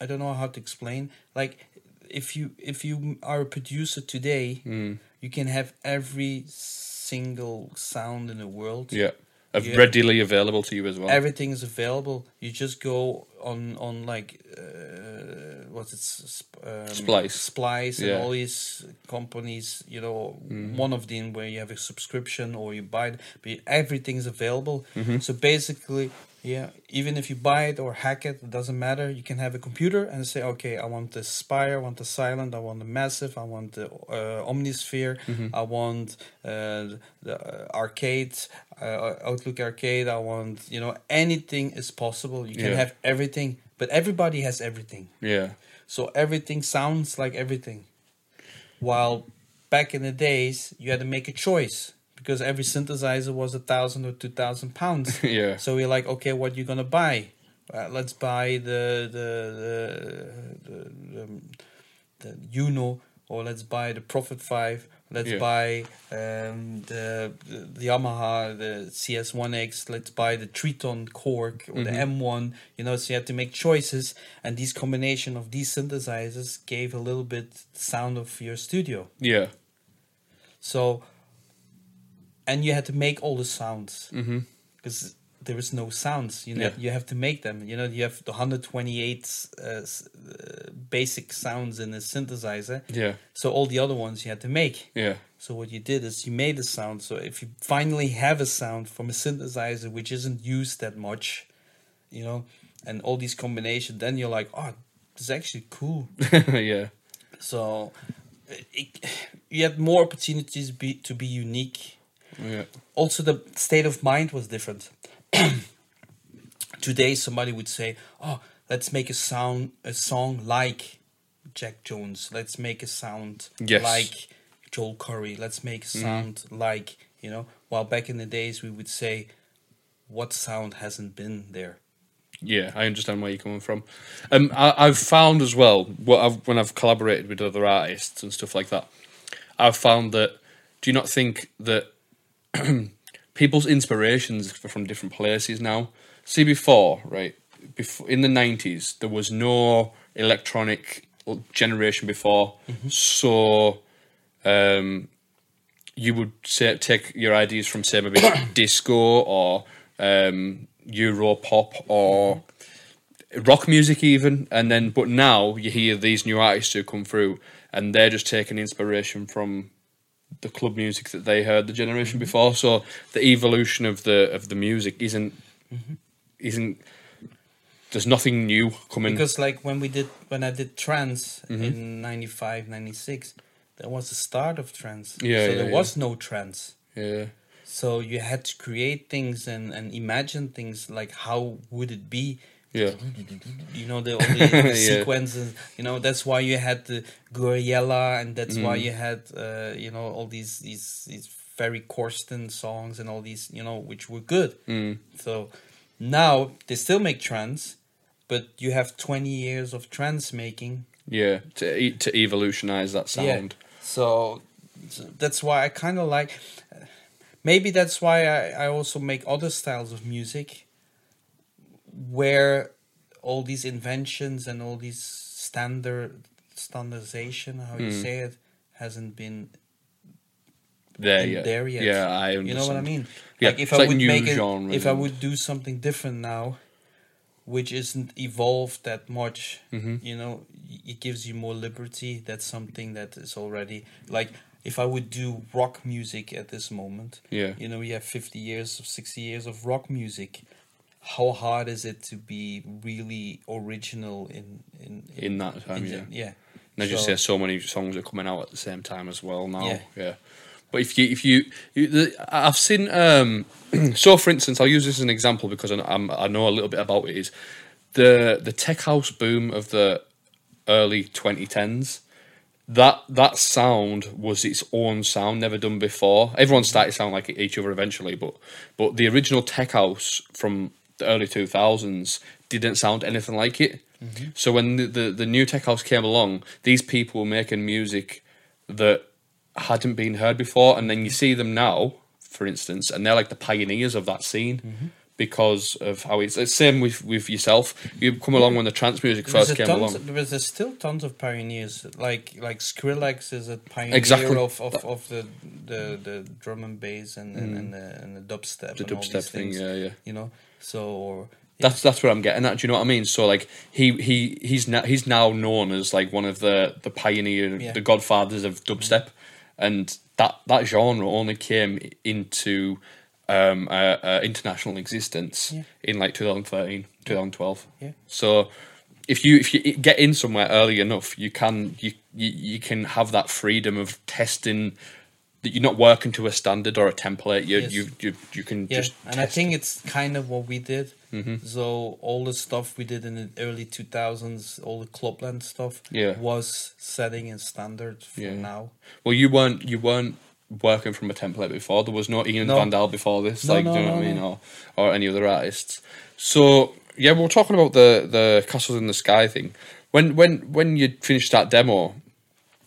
I don't know how to explain. Like, if you if you are a producer today, Mm. you can have every single sound in the world. Yeah, Of Yeah. readily available to you as well. everything is available. You just go on on like uh, what's it sp- um, Splice. Splice, Yeah. and all these companies. You know, one of them where you have a subscription or you buy it, but everything is available. So basically. Yeah, even if you buy it or hack it, it doesn't matter. You can have a computer and say, okay, I want the Spire, I want the Silent, I want the Massive, I want the uh, Omnisphere, I want uh, the uh, arcade, uh, Outlook Arcade, I want, you know, anything is possible. You can Yeah. have everything, but everybody has everything. yeah, So everything sounds like everything. While back in the days, you had to make a choice because every synthesizer was a thousand or two thousand pounds. Yeah. So you're like, okay, what you gonna buy? Uh, let's buy the the the the, um, the Uno, or let's buy the Prophet Five. Let's Yeah. buy um, the, the the Yamaha, the CS1X. Let's buy the Triton Cork or the M1. You know, so you had to make choices, and these combination of these synthesizers gave a little bit sound of your studio. yeah, So, and you had to make all the sounds because there is no sounds. You know, Mm-hmm. Yeah. you have to make them. You know, you have the 128 uh, s- uh, basic sounds in a synthesizer. yeah, So all the other ones you had to make. yeah, So what you did is you made a sound. So if you finally have a sound from a synthesizer which isn't used that much, you know, and all these combinations, then you're like, oh, this is actually cool. yeah, So it, you had more opportunities be, to be unique. yeah. Also, the state of mind was different. Today, somebody would say, "Oh, let's make a sound a song like Jack Jones. Let's make a sound Yes. like Joel Curry. Let's make a sound like you know." While back in the days, we would say, "What sound hasn't been there?" Yeah, I understand where you're coming from. Um, I, I've found as well what I've, when I've collaborated with other artists and stuff like that. I've found that. Do you not think that people's inspirations are from different places now? See, before right, before in the nineties, there was no electronic generation before, so um, you would say, take your ideas from say maybe disco or um, Euro pop or rock music even, and then but now you hear these new artists who come through and they're just taking inspiration from the club music that they heard the generation Mm-hmm. before. So the evolution of the of the music isn't Mm-hmm. isn't there's nothing new coming. because like when we did when i did trance Mm-hmm. in 95 96 there was the start of trance Yeah, so yeah, there yeah. was no trance yeah, so you had to create things and and imagine things like how would it be yeah, you know the, all the, the Yeah. sequences you know that's why you had the Guriella and that's Mm. why you had uh, you know all these these these very Corsten songs and all these you know which were good Mm. so now they still make trance but you have 20 years of trance making yeah. To e- to evolutionize that sound. yeah. So, so that's why I kind of like. Maybe that's why I, I also make other styles of music where all these inventions and all these standard standardization, how you say it, hasn't been There, in yeah, there yet. yeah. I understand. You know what I mean? Yeah, Like if it's I like would new make it, genres if I and- would do something different now, which isn't evolved that much. Mm-hmm. You know, y- it gives you more liberty. That's something that is already like if I would do rock music at this moment. Yeah. You know, we have fifty years of sixty years of rock music. How hard is it to be really original in in in that time, in yeah. the- yeah. And as you So- say, so many songs are coming out at the same time as well now. Yeah. Yeah. But if you if you, you the, I've seen um, so for instance, I'll use this as an example because I, I'm, I know a little bit about it. Is the the tech house boom of the early 2010s? That that sound was its own sound, never done before. Everyone started sounding like each other eventually, but but the original tech house from the early 2000s didn't sound anything like it. Mm-hmm. So when the, the the new tech house came along, these people were making music that hadn't been heard before, and then you see them now, for instance, and they're like the pioneers of that scene. Mm-hmm. Because of how it's, it's same with with yourself, you come along when the trance music first there's a came tons, along. But there's still tons of pioneers. Like like Skrillex is a pioneer Exactly. of, of, of the, the the drum and bass and and, and, the, and the dubstep. The and all dubstep these thing, things, yeah, yeah. You know, so or, That's that's where I'm getting at. Do you know what I mean? So like he he he's now he's now known as like one of the the pioneer Yeah. the godfathers of dubstep, and that that genre only came into um uh, uh, international existence Yeah. in like 2013 2012. Yeah. So if you if you get in somewhere early enough, you can you you, you can have that freedom of testing. That you're not working to a standard or a template. You Yes. you, you you can yeah. just Mm-hmm. and I test think it's kind of what we did. So all the stuff we did in the early two thousands, all the clubland stuff, Yeah. was setting a standard for Yeah. now. Well, you weren't you weren't working from a template before. There was no Ian No. Van Dahl before this. No, like, no, do you know no, what I mean? no. Or or any other artists. So yeah, we are talking about the the castles in the sky thing. When when when you finished that demo,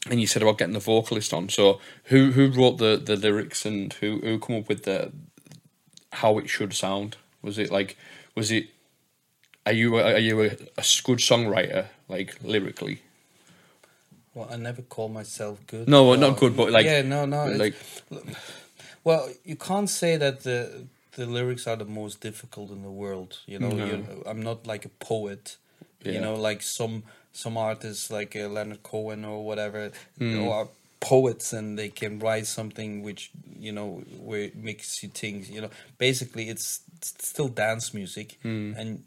and you said about getting the vocalist on. So who who wrote the the lyrics and who who come up with the how it should sound? Was it like was it? Are you a- are you a, a good songwriter like lyrically? Well, I never call myself good. No, well, or- not good, but like yeah, no, no, it's- like Well, you can't say that the the lyrics are the most difficult in the world. You know, No. you, I'm not like a poet. Yeah. You know, like some some artists like uh, Leonard Cohen or whatever, you know, are poets and they can write something which you know where it makes you think. You know, basically it's it's still dance music and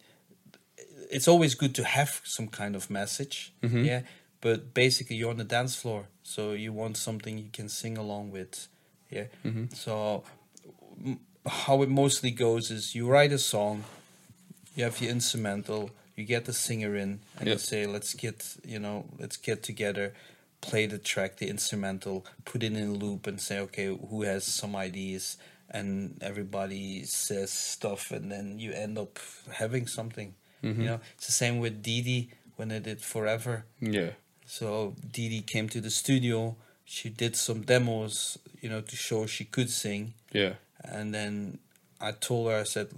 it's always good to have some kind of message, yeah. But basically, you're on the dance floor, so you want something you can sing along with, yeah. So m- how it mostly goes is you write a song, you have your instrumental, you get the singer in, and you Yep. say, "Let's get you know, let's get together." Play the track, the instrumental, put it in a loop, and say, okay, who has some ideas? And everybody says stuff, and then you end up having something. You know, it's the same with Didi when I did Forever. yeah. So Dee Dee came to the studio. She did some demos, you know, to show she could sing. Yeah. And then I told her, I said,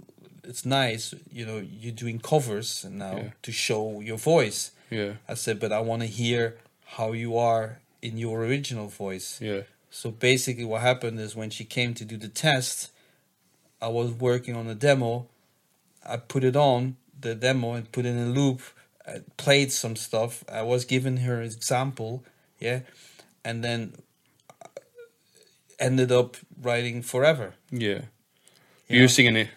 "It's nice, you know, you're doing covers now Yeah. to show your voice." Yeah. I said, "But I want to hear how you are in your original voice." Yeah. So basically, what happened is when she came to do the test, I was working on a demo. I put it on the demo and put it in a loop. I played some stuff. I was giving her example, yeah, and then uh, ended up writing forever. Yeah. You You're know? singing it.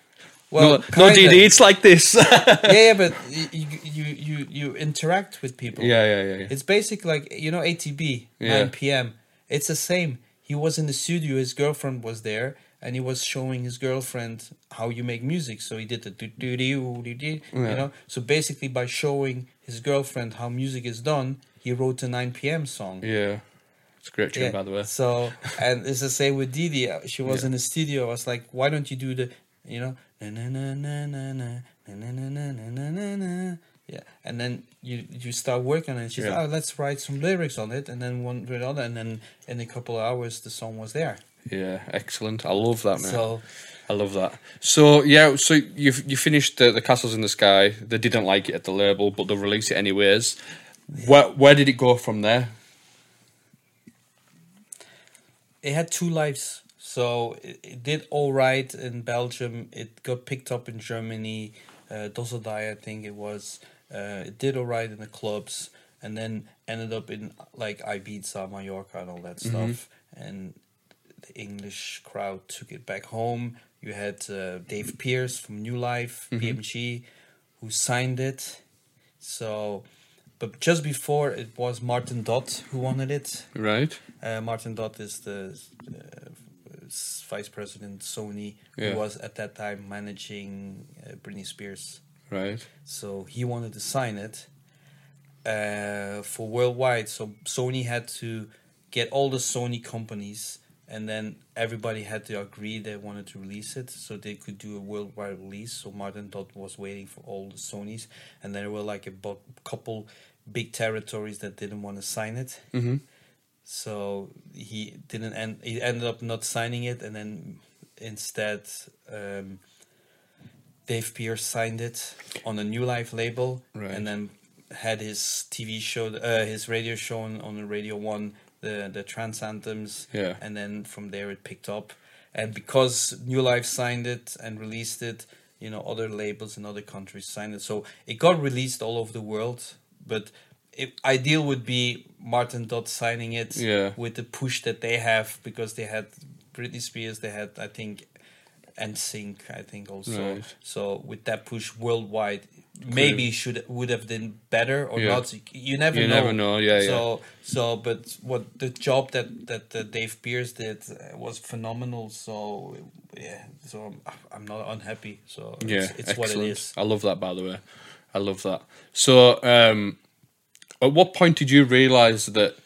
Well, no, no, kinda. DD, it's like this. yeah, yeah, yeah, but y- you, you you you interact with people. yeah, yeah, yeah. It's basically like you know ATB Yeah. 9 p.m. It's the same. He was in the studio. His girlfriend was there, and he was showing his girlfriend how you make music. So he did the do do do do do. Yeah. You know. So basically, by showing his girlfriend how music is done, he wrote the 9 p.m. song. Yeah. It's a great tune, Yeah. by the way. So and it's the same with Didi. She was Yeah. in the studio. I was like, why don't you do the you know na na na na na na na na na na na na na yeah, and then you you start working on it. She's Yeah. like, oh, let's write some lyrics on it, and then one with other, and then in a couple of hours the song was there. Yeah, excellent. I love that, man. So I love that. So yeah, so you you finished the, the Castles in the Sky. They didn't like it at the label, but they released it anyways. Where where did it go from there? it had two lives. So it, it did all right in Belgium. It got picked up in Germany. uh, Dos Die, I think it was. Uh, it did alright in the clubs, and then ended up in like Ibiza, Mallorca, and all that stuff. And the English crowd took it back home. You had uh, Dave Pierce from New Life, PMG, who signed it. So, but just before it was Martin Dot who wanted it. Right. Uh, Martin Dot is the uh, s- vice president Sony, Yeah. who was at that time managing uh, Britney Spears. Right. So he wanted to sign it uh, for worldwide. So Sony had to get all the Sony companies, and then everybody had to agree they wanted to release it, so they could do a worldwide release. So Martin Dot was waiting for all the Sonys, and there were like a bu- couple big territories that didn't want to sign it. Mm-hmm. So he didn't end. He ended up not signing it, and then instead. Um, Dave Pierce signed it on a New Life label, Right. and then had his TV show, uh, his radio show on, on the Radio One, the the trance anthems, Yeah. and then from there it picked up, and because New Life signed it and released it, you know, other labels in other countries signed it, so it got released all over the world, but. It, ideal would be Martin Dodd signing it Yeah. with the push that they have because they had Britney Spears, they had I think and sync i think also Right. so with that push worldwide maybe should would have done better or Yeah. not you, you never You know never know, yeah, yeah. so so but what the job that that uh, dave pierce did uh, was phenomenal so yeah so i'm, I'm not unhappy so it's, Yeah, it's what it excellent. is I love that, by the way. I love that. So, um, at what point did you realise that?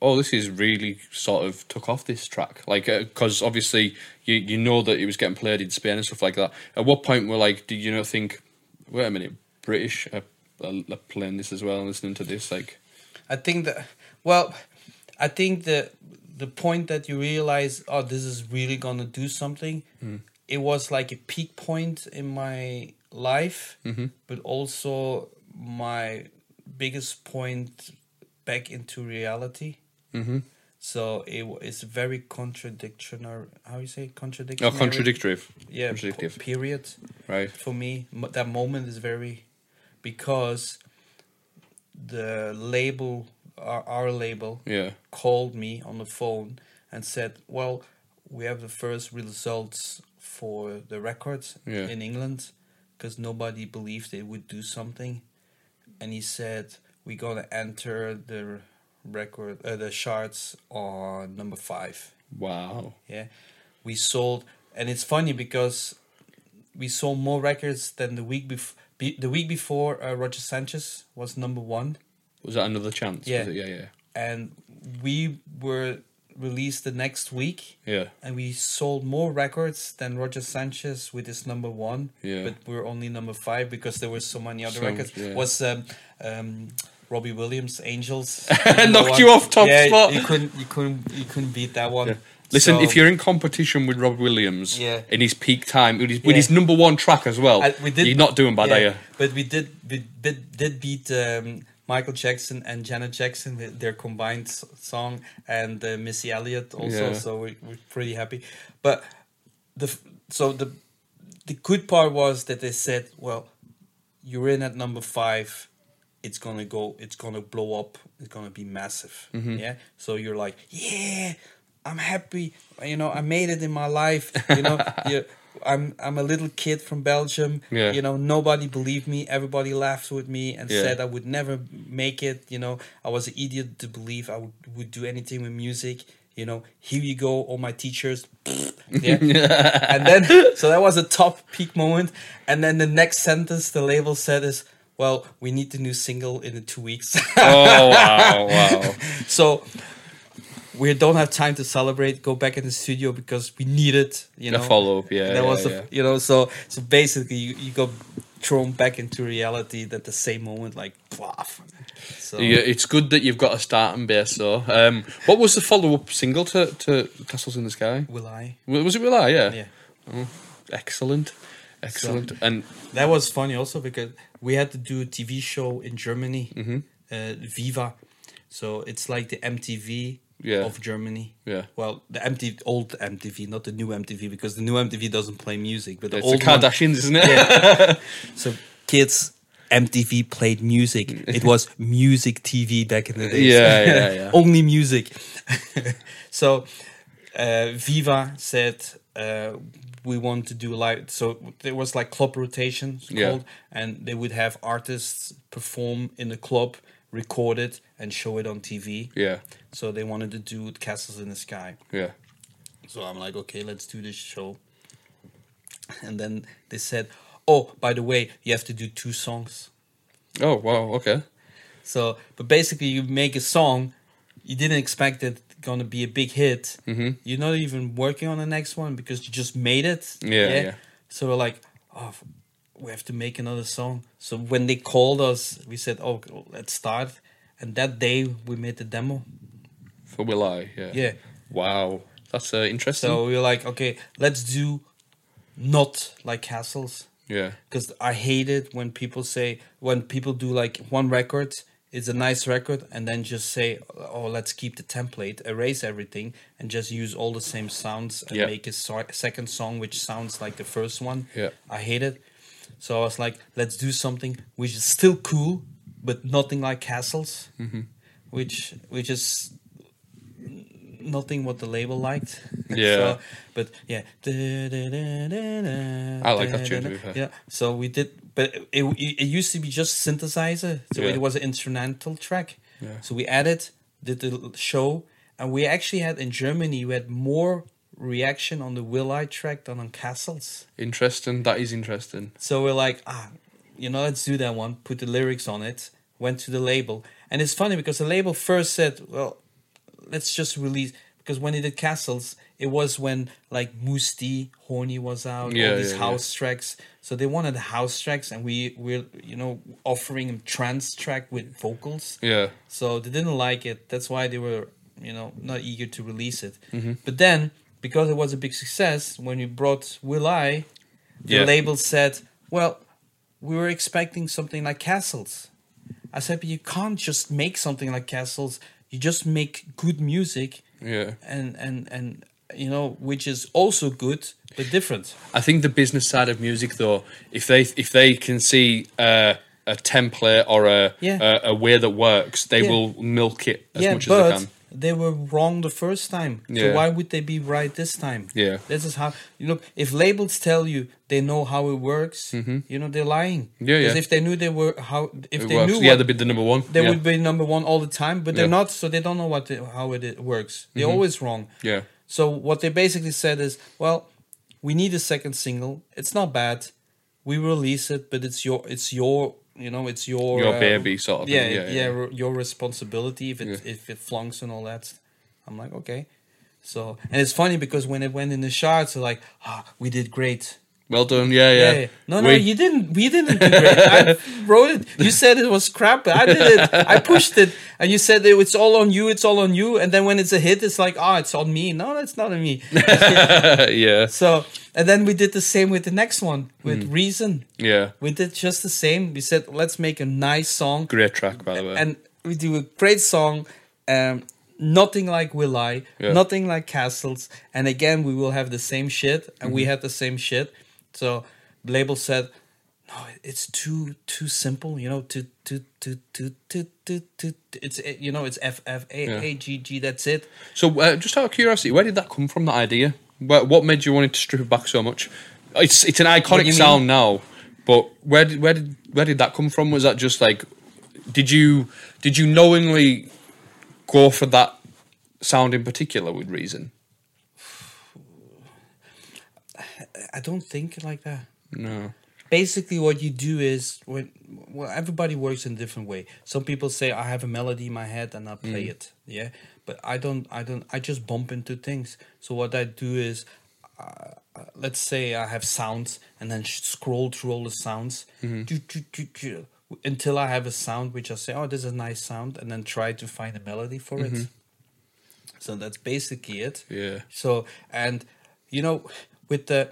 Oh, this is really sort of took off this track, like because obviously you you know that it was getting played in Spain and stuff like that. At what point were like, did you not think? Wait a minute, British are, are, are playing this as well and listening to this, like oh, I think that well, I think the the point that you realize oh this is really gonna do something. Hmm. It was like a peak point in my life, Mm-hmm. but also my biggest point back into reality. Mm-hmm. So it wa- it's very contradiction or how you say contradiction? oh, contradictory, Yeah, po- contradictive, period right? for me m- that moment is very because the label our, our label Yeah, called me on the phone and said well we have the first results for the records Yeah. in england because nobody believed they would do something and he said we're gonna enter the record uh, the charts on number five wow, yeah we sold and it's funny because we sold more records than the week before be- the week before uh, roger sanchez was number one was that another chance? Yeah. was it? yeah, yeah, and we were released the next week yeah. and we sold more records than roger sanchez with his number one Yeah. but we are only number five because there were so many other So, records yeah. was um, um robbie williams angels Knocked number you one. off top yeah, spot. you couldn't you couldn't you couldn't beat that one Listen, Um, So- if you're in competition with Rob Williams Yeah. in his peak time, with his, with Yeah. his number one track as well, I- Uh, we did, you're not doing bad, yeah, are you? But we did we did, did beat um, Michael Jackson and Janet Jackson with their combined s- song and uh, Missy Elliott also. Yeah. So we, we're pretty happy. But the f- so the the good part was that they said, well, you're in at number five. It's gonna go. It's gonna blow up. It's gonna be massive. Yeah. So you're like, yeah, I'm happy. You know, I made it in my life. You know, you, I'm I'm a little kid from Belgium. Yeah. You know, nobody believed me. Everybody laughed with me and Yeah. said I would never make it. You know, I was an idiot to believe I would, would do anything with music. You know, here you go, all my teachers. yeah and then so that was a top peak moment and then the next sentence the label said is well we need the new single in the two weeks Oh, wow, wow. so we don't have time to celebrate go back in the studio because we need it you The know follow-up, yeah, that yeah, was the, yeah. you know so so basically you, you got thrown back into reality at the same moment like pwaf. so Yeah, it's good that you've got a starting base, though. Um, what was the follow up single to, to Castles in the Sky? will i W- Was it Will I? Yeah. yeah Excellent. Excellent. and That was funny also because we had to do a Mm-hmm. TV show in Germany, uh, Viva. So it's like the MTV Yeah. of Germany. Yeah. Well, the MTV, old MTV, not the new MTV, because the new MTV doesn't play music, but the It's the old one- Kardashians, isn't it? so kids, MTV played music. It was music TV back in the days. Yeah, yeah, yeah. Only music. so uh, Viva said uh, we want to do live. So there was like club rotation it's Yeah. called, and they would have artists perform in the club, record it, and show it on TV. Yeah. So they wanted to do Castles in the Sky. Yeah. So I'm like, okay, let's do this show. And then they said, oh, by the way, you have to do two songs. Oh wow. Okay. So, but basically, you make a song, you didn't expect it gonna be a big hit. Mm-hmm. You're not even working on the next one because you just made it. Yeah, yeah. So we're like, oh, f- we have to make another song. So when they called us, we said, oh, let's start. And that day we made the demo. For will I? Yeah. Yeah. Wow. That's uh, interesting. So we were like, okay, let's do not like castles. yeah. because I hate it when people say when people do like one record, it's a nice record, and then just say, "Oh, let's keep the template, erase everything, and just use all the same sounds and Yeah. make a so- second song which sounds like the first one." Yeah. I hate it. So I was like, "Let's do something which is still cool, but nothing like Castles, Mm-hmm. which which is." Nothing what the label liked. Yeah. so, but yeah. I like that tune, to be fair. Yeah. So we did, but it, it, it used to be just synthesizer. So Yeah. it was an instrumental track. Yeah. So we added, did the l- show, and we actually had in Germany, we had more reaction on the Will I track than on Castles. Interesting. That is interesting. So we're like, ah, you know, let's do that one, put the lyrics on it, went to the label. And it's funny because the label first said, well, let's just release. Because when they did Castles, it was when like Moosty, Horny was out, Yeah, all yeah, these yeah. house tracks. So they wanted house tracks, and we we're you know offering them trance track with vocals. Yeah. So they didn't like it. That's why they were, you know, not eager to release it. Mm-hmm. But then, because it was a big success, when we brought Will I, the Yeah. label said, "Well, we were expecting something like Castles." I said, "But you can't just make something like Castles. You just make good music, Yeah. and and and you know, which is also good but different." I think the business side of music, though, if they if they can see uh, a template or a, Yeah. a a way that works, they Yeah. will milk it as yeah, much but as they can. they were wrong the first time. Yeah. So why would they be right this time? Yeah. This is how you look. If labels tell you they know how it works, you know they're lying. Mm-hmm. Yeah, yeah. if they knew they were how, if It they works. knew, yeah, what- they'd be the number one. they yeah. would be number one all the time, but they're Yeah. Mm-hmm. not, so they don't know what the, how it i- works. They're always wrong. Yeah. So what they basically said is, well, we need a second single. It's not bad. We release it, but it's your, it's your, you know, it's your uh, Your baby sort of thing. Yeah, Yeah, yeah, yeah. re- your responsibility if it Yeah. if it flunks and all that. I'm like, okay. So and it's funny because when it went in the charts, they're like, ah, we did great. Well done. Yeah, yeah. Yeah. yeah. No, no, We- you didn't. We didn't do great. I wrote it. You said it was crap, but I did it. I pushed it, and you said it, it's all on you. It's all on you. And then when it's a hit, it's like, oh, it's on me. No, it's not on me. yeah, so, and then we did the same with the next one with Reason. Hmm. yeah. We did just the same. We said, let's make a nice song, Great track, by the way. and we do a great song. Um, nothing like Will I, Yeah. nothing like Castles. And again, we will have the same shit, and we had the same shit. So the label said, "No, it's too too simple, you know. Too too too too too too. too it's uh, you know, it's F F Yeah. A A G G. That's it." So, uh, just out of curiosity, where did that come from? That idea? Where, what made you want to strip it back so much? It's it's an you iconic mean? sound now, but where did where did where did that come from? Was that just like, did you did you knowingly go for that sound in particular with reason? I don't think like that. No. basically what you do is when well everybody works in a different way some people say i have a melody in my head and i play it yeah but i don't i don't i just bump into things so what i do is uh, let's say i have sounds and then sh- scroll through all the sounds do, do, do, do, until i have a sound which i say oh this is a nice sound and then try to find a melody for it so that's basically it Yeah. so and you know with the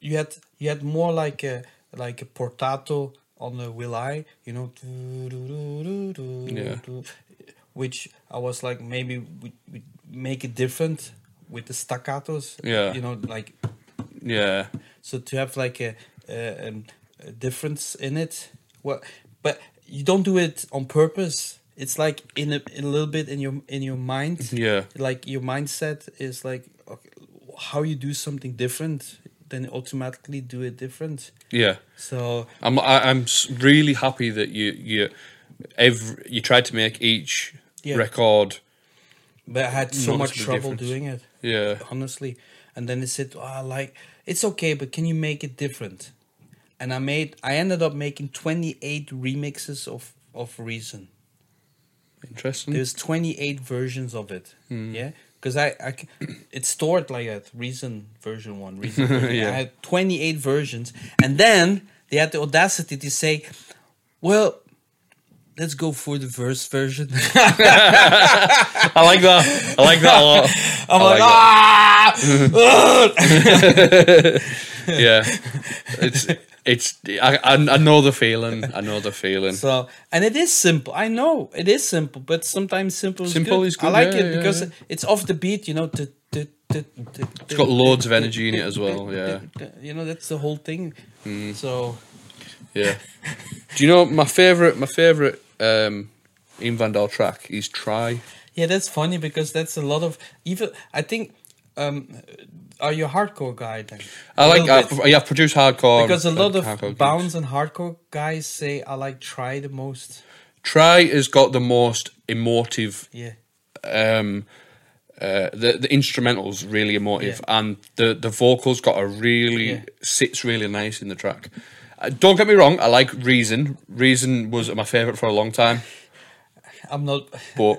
you had you had more like a like a portato on the will I, you know. do, do, do, do, do, Yeah. do. which I was like, maybe we, we make it different with the staccatos. Yeah. You know, like Yeah. so to have like a, a, um, a difference in it. Well, but you don't do it on purpose. It's like in a, in a little bit in your in your mind. Yeah. Like your mindset is like okay, how you do something different, then automatically do it different. Yeah. So I'm I, I'm s- really happy that you you every, you tried to make each Yeah. record. But I had so much Noticeable trouble difference. doing it. Yeah. Honestly. And then they said, oh, I like, it's okay, but can you make it different? And I made, I ended up making 28 remixes of, of Reason. Interesting. There's 28 versions of it. Mm. Yeah. Because I, I c- it's stored like that Reason version one. Reason version. Yeah. I had 28 versions. And then they had the audacity to say, well, let's go for the verse version. I like that. I like that a lot. I'm I like, like that. ah! yeah, it's it's. I, I I know the feeling. I know the feeling. So, and it is simple. I know it is simple, but sometimes simple is Simple good. is I good, like yeah, it yeah, because yeah. it's off the beat. You know, it's it's got loads of energy in it as well. Yeah, Mm. You know, that's the whole thing. So, yeah. Do you know my favorite? My favorite um, Ian Van Dahl track is "Try." yeah, that's funny because that's a lot of even. I think. Um, are you a hardcore guy then? I A like. little bit. I, yeah, I've produced hardcore because a lot hardcore gigs. of bounce and hardcore guys say I like try the most. "Try" has got the most emotive Yeah, um uh, the the instrumentals really emotive Yeah. and the the vocals got a really Yeah. sits really nice in the track. Uh, don't get me wrong, I like Reason. Reason was my favorite for a long time, I'm not. but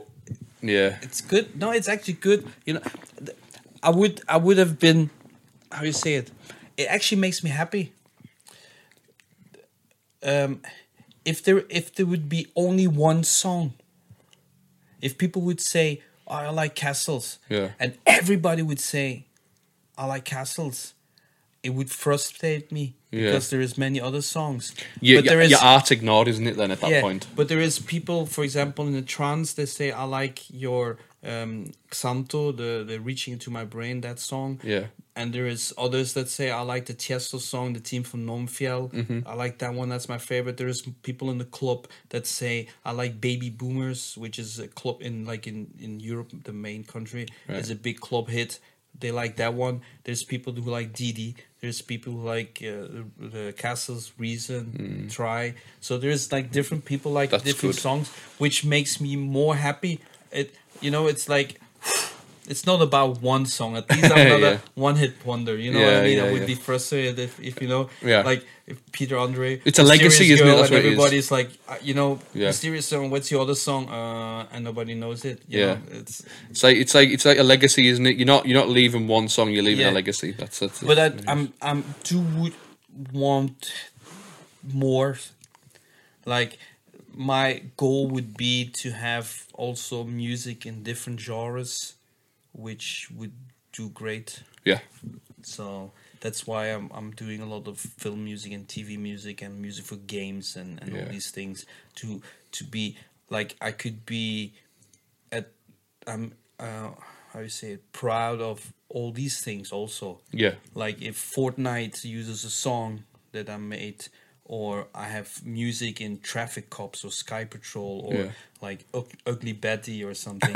yeah, it's good. No, it's actually good. You know, th- I would I would have been how you say it. It actually makes me happy. Um, if there if there would be only one song, if people would say "Oh, I like castles, Yeah. and everybody would say I like castles, it would frustrate me Yeah. because there is many other songs. you, you, there is your art ignored, isn't it? Then at that yeah, point, But there is people, for example, in the trance, they say, "I like your um, Xanto, the the reaching into my brain that song." Yeah. And there is others that say, "I like the Tiesto song, the team from Nomfiel. Mm-hmm. I like that one. That's my favorite." There is people in the club that say, "I like Baby Boomers," which is a club in like in in Europe, the main country. It's a big club hit. They like that one. There's people who like Didi. There's people who like uh, the, the Castles, Reason, Try. So there's like different people like Hmm. That's different good. songs, which makes me more happy. It you know it's like it's not about one song. At least I'm not Yeah. a one hit wonder. You know what Yeah, I mean? I yeah, would yeah. be frustrated if, if you know Yeah. like if Peter Andre. It's a Mysterious legacy, isn't it? Girl, That's and what it is. everybody's like uh, you know Yeah. mysterious song. What's your other song? Uh, and nobody knows it. You Yeah. know, it's it's like it's like it's like a legacy, isn't it? You're not you're not leaving one song, you're leaving Yeah. a legacy. That's that's. but I, I'm I'm do would want more. Like my goal would be to have also music in different genres, which would do great. yeah, So that's why I'm I'm doing a lot of film music and TV music and music for games and, and Yeah. all these things to to be like I could be at I'm uh, how you say it proud of all these things also yeah, like if Fortnite uses a song that I made, or I have music in Traffic Cops or Sky Patrol or Yeah. like Ug- Ugly Betty or something,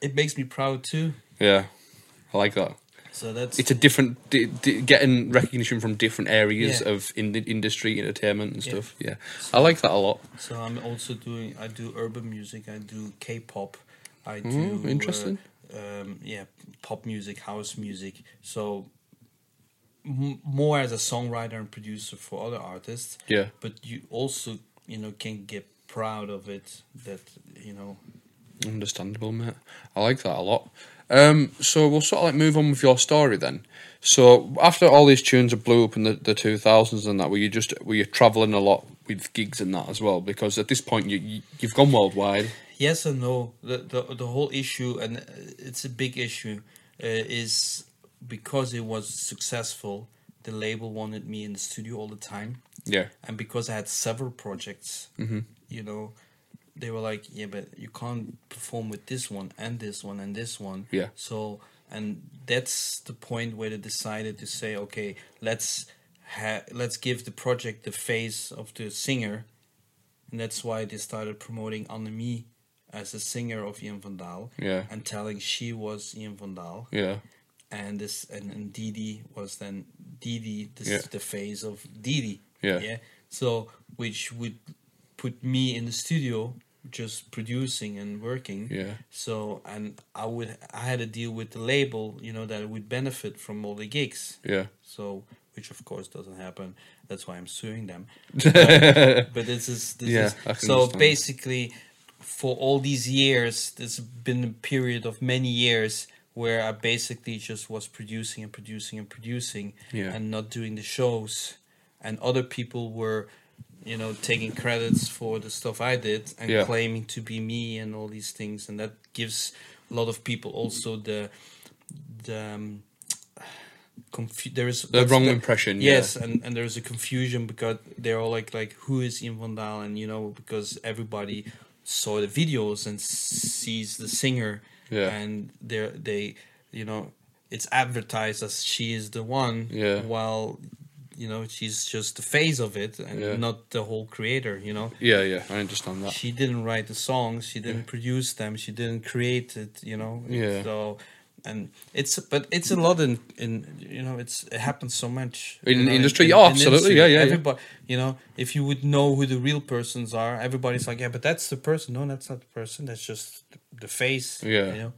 it makes me proud too. yeah. I like that. So that's It's a different di- di- getting recognition from different areas Yeah. of in- industry, entertainment, and Yeah. stuff. Yeah, I like that a lot. so I'm also doing. I do urban music. I do K-pop. I do Mm, uh, interesting. um, yeah, pop music, house music. So m- more as a songwriter and producer for other artists. Yeah. But you also, you know, can get proud of it. That you know, Understandable, mate. I like that a lot. Um, so we'll sort of like move on with your story then. So after all these tunes are blew up in the the two thousands and that, were you just were you traveling a lot with gigs and that as well? Because at this point you, you you've gone worldwide. yes and no. The the the whole issue, and uh, it's a big issue, uh, is because it was successful. The label wanted me in the studio all the time. Yeah, Mm-hmm. and because I had several projects, you know, they were like, yeah, but you can't perform with this one and this one and this one. Yeah. So and that's the point where they decided to say, okay, let's ha- let's give the project the face of the singer, and that's why they started promoting Annemie as a singer of Ian van Dahl. Yeah. And telling she was Ian van Dahl Yeah. and this and, and Didi was then Didi. This is Yeah. the phase of Didi. Yeah. Yeah. So which would put me in the studio just producing and working. Yeah. So and I would I had a deal with the label, you know, that I would benefit from all the gigs. Yeah. So which of course doesn't happen. That's why I'm suing them. But, but this is this Yeah, is I can so understand. basically for all these years there's been a period of many years where I basically just was producing and producing and producing Yeah. and not doing the shows and other people were you know taking credits for the stuff I did and Yeah. claiming to be me and all these things and that gives a lot of people also the the um, confu- there is The that's wrong impression. yeah. Yes, and, and there's a confusion because they're all like like who is Ian Van Dahl and you know because everybody saw the videos and sees the singer Yeah. and they they you know it's advertised as she is the one Yeah. while you know she's just the face of it and Yeah. not the whole creator you know Yeah. Yeah. I understand that. she didn't write the songs she didn't produce them she didn't create it you know Yeah. so and it's but it's a lot in in you know it's it happens so much In you know, the industry? Oh, absolutely. Yeah, yeah, yeah. everybody you know if you would know who the real persons are everybody's like yeah but that's the person no that's not the person that's just the face Yeah. you know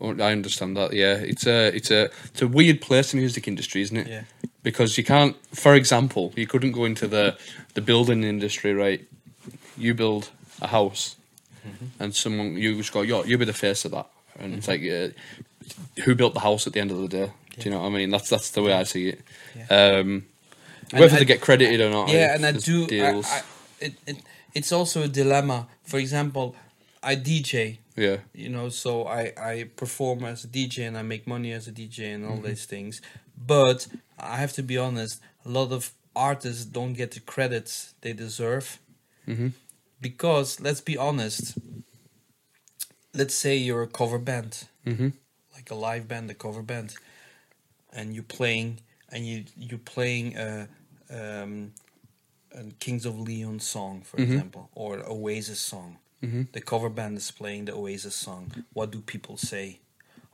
Oh, I understand that. Yeah, it's a it's a it's a weird place in the music industry, isn't it? Yeah. Because you can't, for example, you couldn't go into the the building industry, right? You build a house, Mm-hmm. and someone you just go, "Yo, you be the face of that," and it's like, uh, who built the house at the end of the day? Do you know what I mean? That's that's the way I see it. Um, And whether I- they get credit or not, yeah I- and i there's do I, Oh, deals. I, it, it, it's also a dilemma for example i dj yeah, you know so i i perform as a dj and i make money as a dj and all these things but i have to be honest a lot of artists don't get the credits they deserve because let's be honest let's say you're a cover band like a live band a cover band and you're playing and you you're playing a, um, a Kings of Leon song, for example, or an Oasis song. The cover band is playing the Oasis song. What do people say?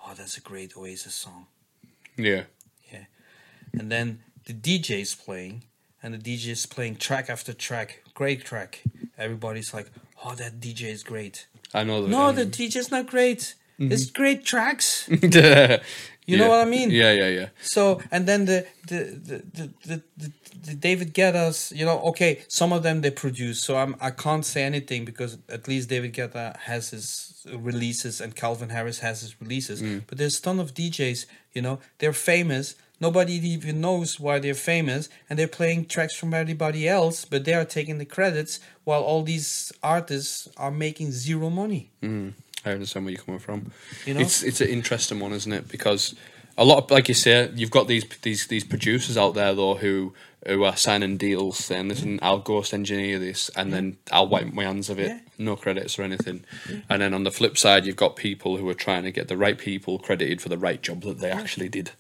Oh, that's a great Oasis song. yeah, Yeah. And then the DJ is playing, and the DJ is playing track after track. Great track. Everybody's like, oh, that DJ is great. I know that. No, the DJ's not great. It's great tracks. you know what I mean? Yeah, yeah, yeah. So and then the the the the, the, the, the David Guetta's, you know, okay, some of them they produce, so I'm I can't say anything because at least David Guetta has his releases and Calvin Harris has his releases. But there's a ton of DJs, you know, they're famous. Nobody even knows why they're famous, and they're playing tracks from everybody else, but they are taking the credits while all these artists are making zero money. Mm-hmm. I understand where you're coming from. You know? It's it's an interesting one, isn't it? Because a lot of like you say, you've got these these these producers out there though who who are signing deals saying listen, I'll ghost engineer this and then I'll wipe my hands of it. Yeah. No credits or anything. And then on the flip side you've got people who are trying to get the right people credited for the right job that they actually did.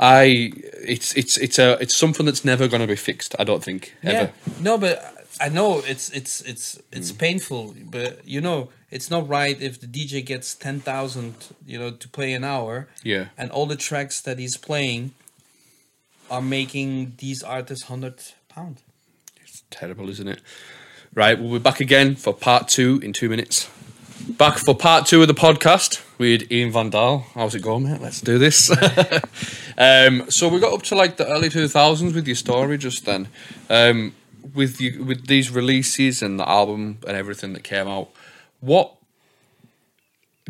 I it's it's it's a it's something that's never gonna be fixed, I don't think. Ever. Mm. Yeah. No, but I know it's it's it's it's painful, but you know it's not right if the DJ gets ten thousand, you know, to play an hour. Yeah. And all the tracks that he's playing are making these artists hundred pound. Terrible, isn't it? Right, we'll be back again for part two in two minutes. Back for part two of the podcast with Ian Van Dahl. How's it going, mate? Let's do this. um, so we got up to like the early two thousands with your story just then, um, with you with these releases and the album and everything that came out. What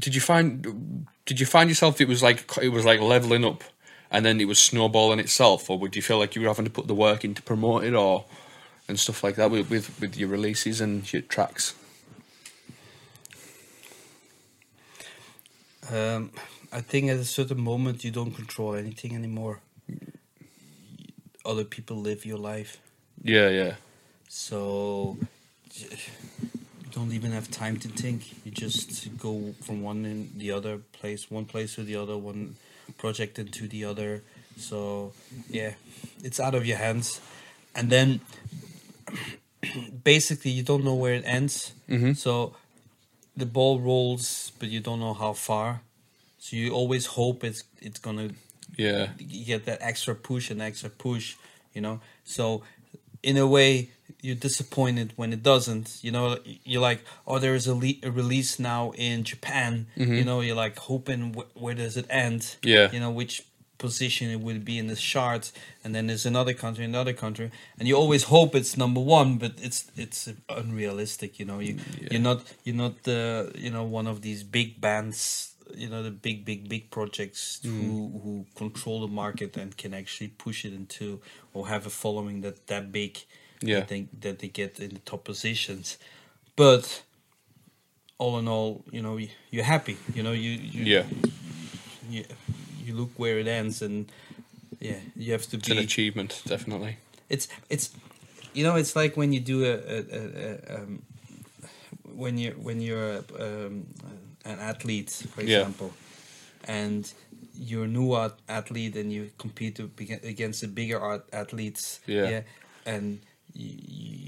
did you find? Did you find yourself? It was like it was like leveling up, and then it was snowballing itself, or would you feel like you were having to put the work in to promote it, or and stuff like that with with, with your releases and your tracks? Um, I think at a certain moment you don't control anything anymore. Other people live your life. Yeah, yeah, So you don't even have time to think. You just go from one in the other place, one place to the other, one project into the other. So yeah, it's out of your hands. And then basically you don't know where it ends. So the ball rolls, but you don't know how far. So you always hope it's it's gonna Yeah. you get that extra push and extra push, you know. So in a way, you're disappointed when it doesn't. You know, you're like, oh, there is a, le- a release now in Japan. You know, you're like hoping wh- where does it end? Yeah. You know which position it would be in the chart, and then there's another country, another country, and you always hope it's number one, but it's it's unrealistic. You know, you you're not you're not the you know one of these big bands you know the big big big projects Mm. who who control the market and can actually push it into or have a following that that big Yeah. that they, that they get in the top positions but all in all you know y- you're happy you know you, you Yeah. you, you look where it ends and yeah you have to It's be an achievement, definitely. it's it's you know it's like when you do a, a, a, a um, when you when you're um, an athlete for Yeah. example and you're a new at- athlete and you compete to beg- against the bigger at- athletes Yeah. and you,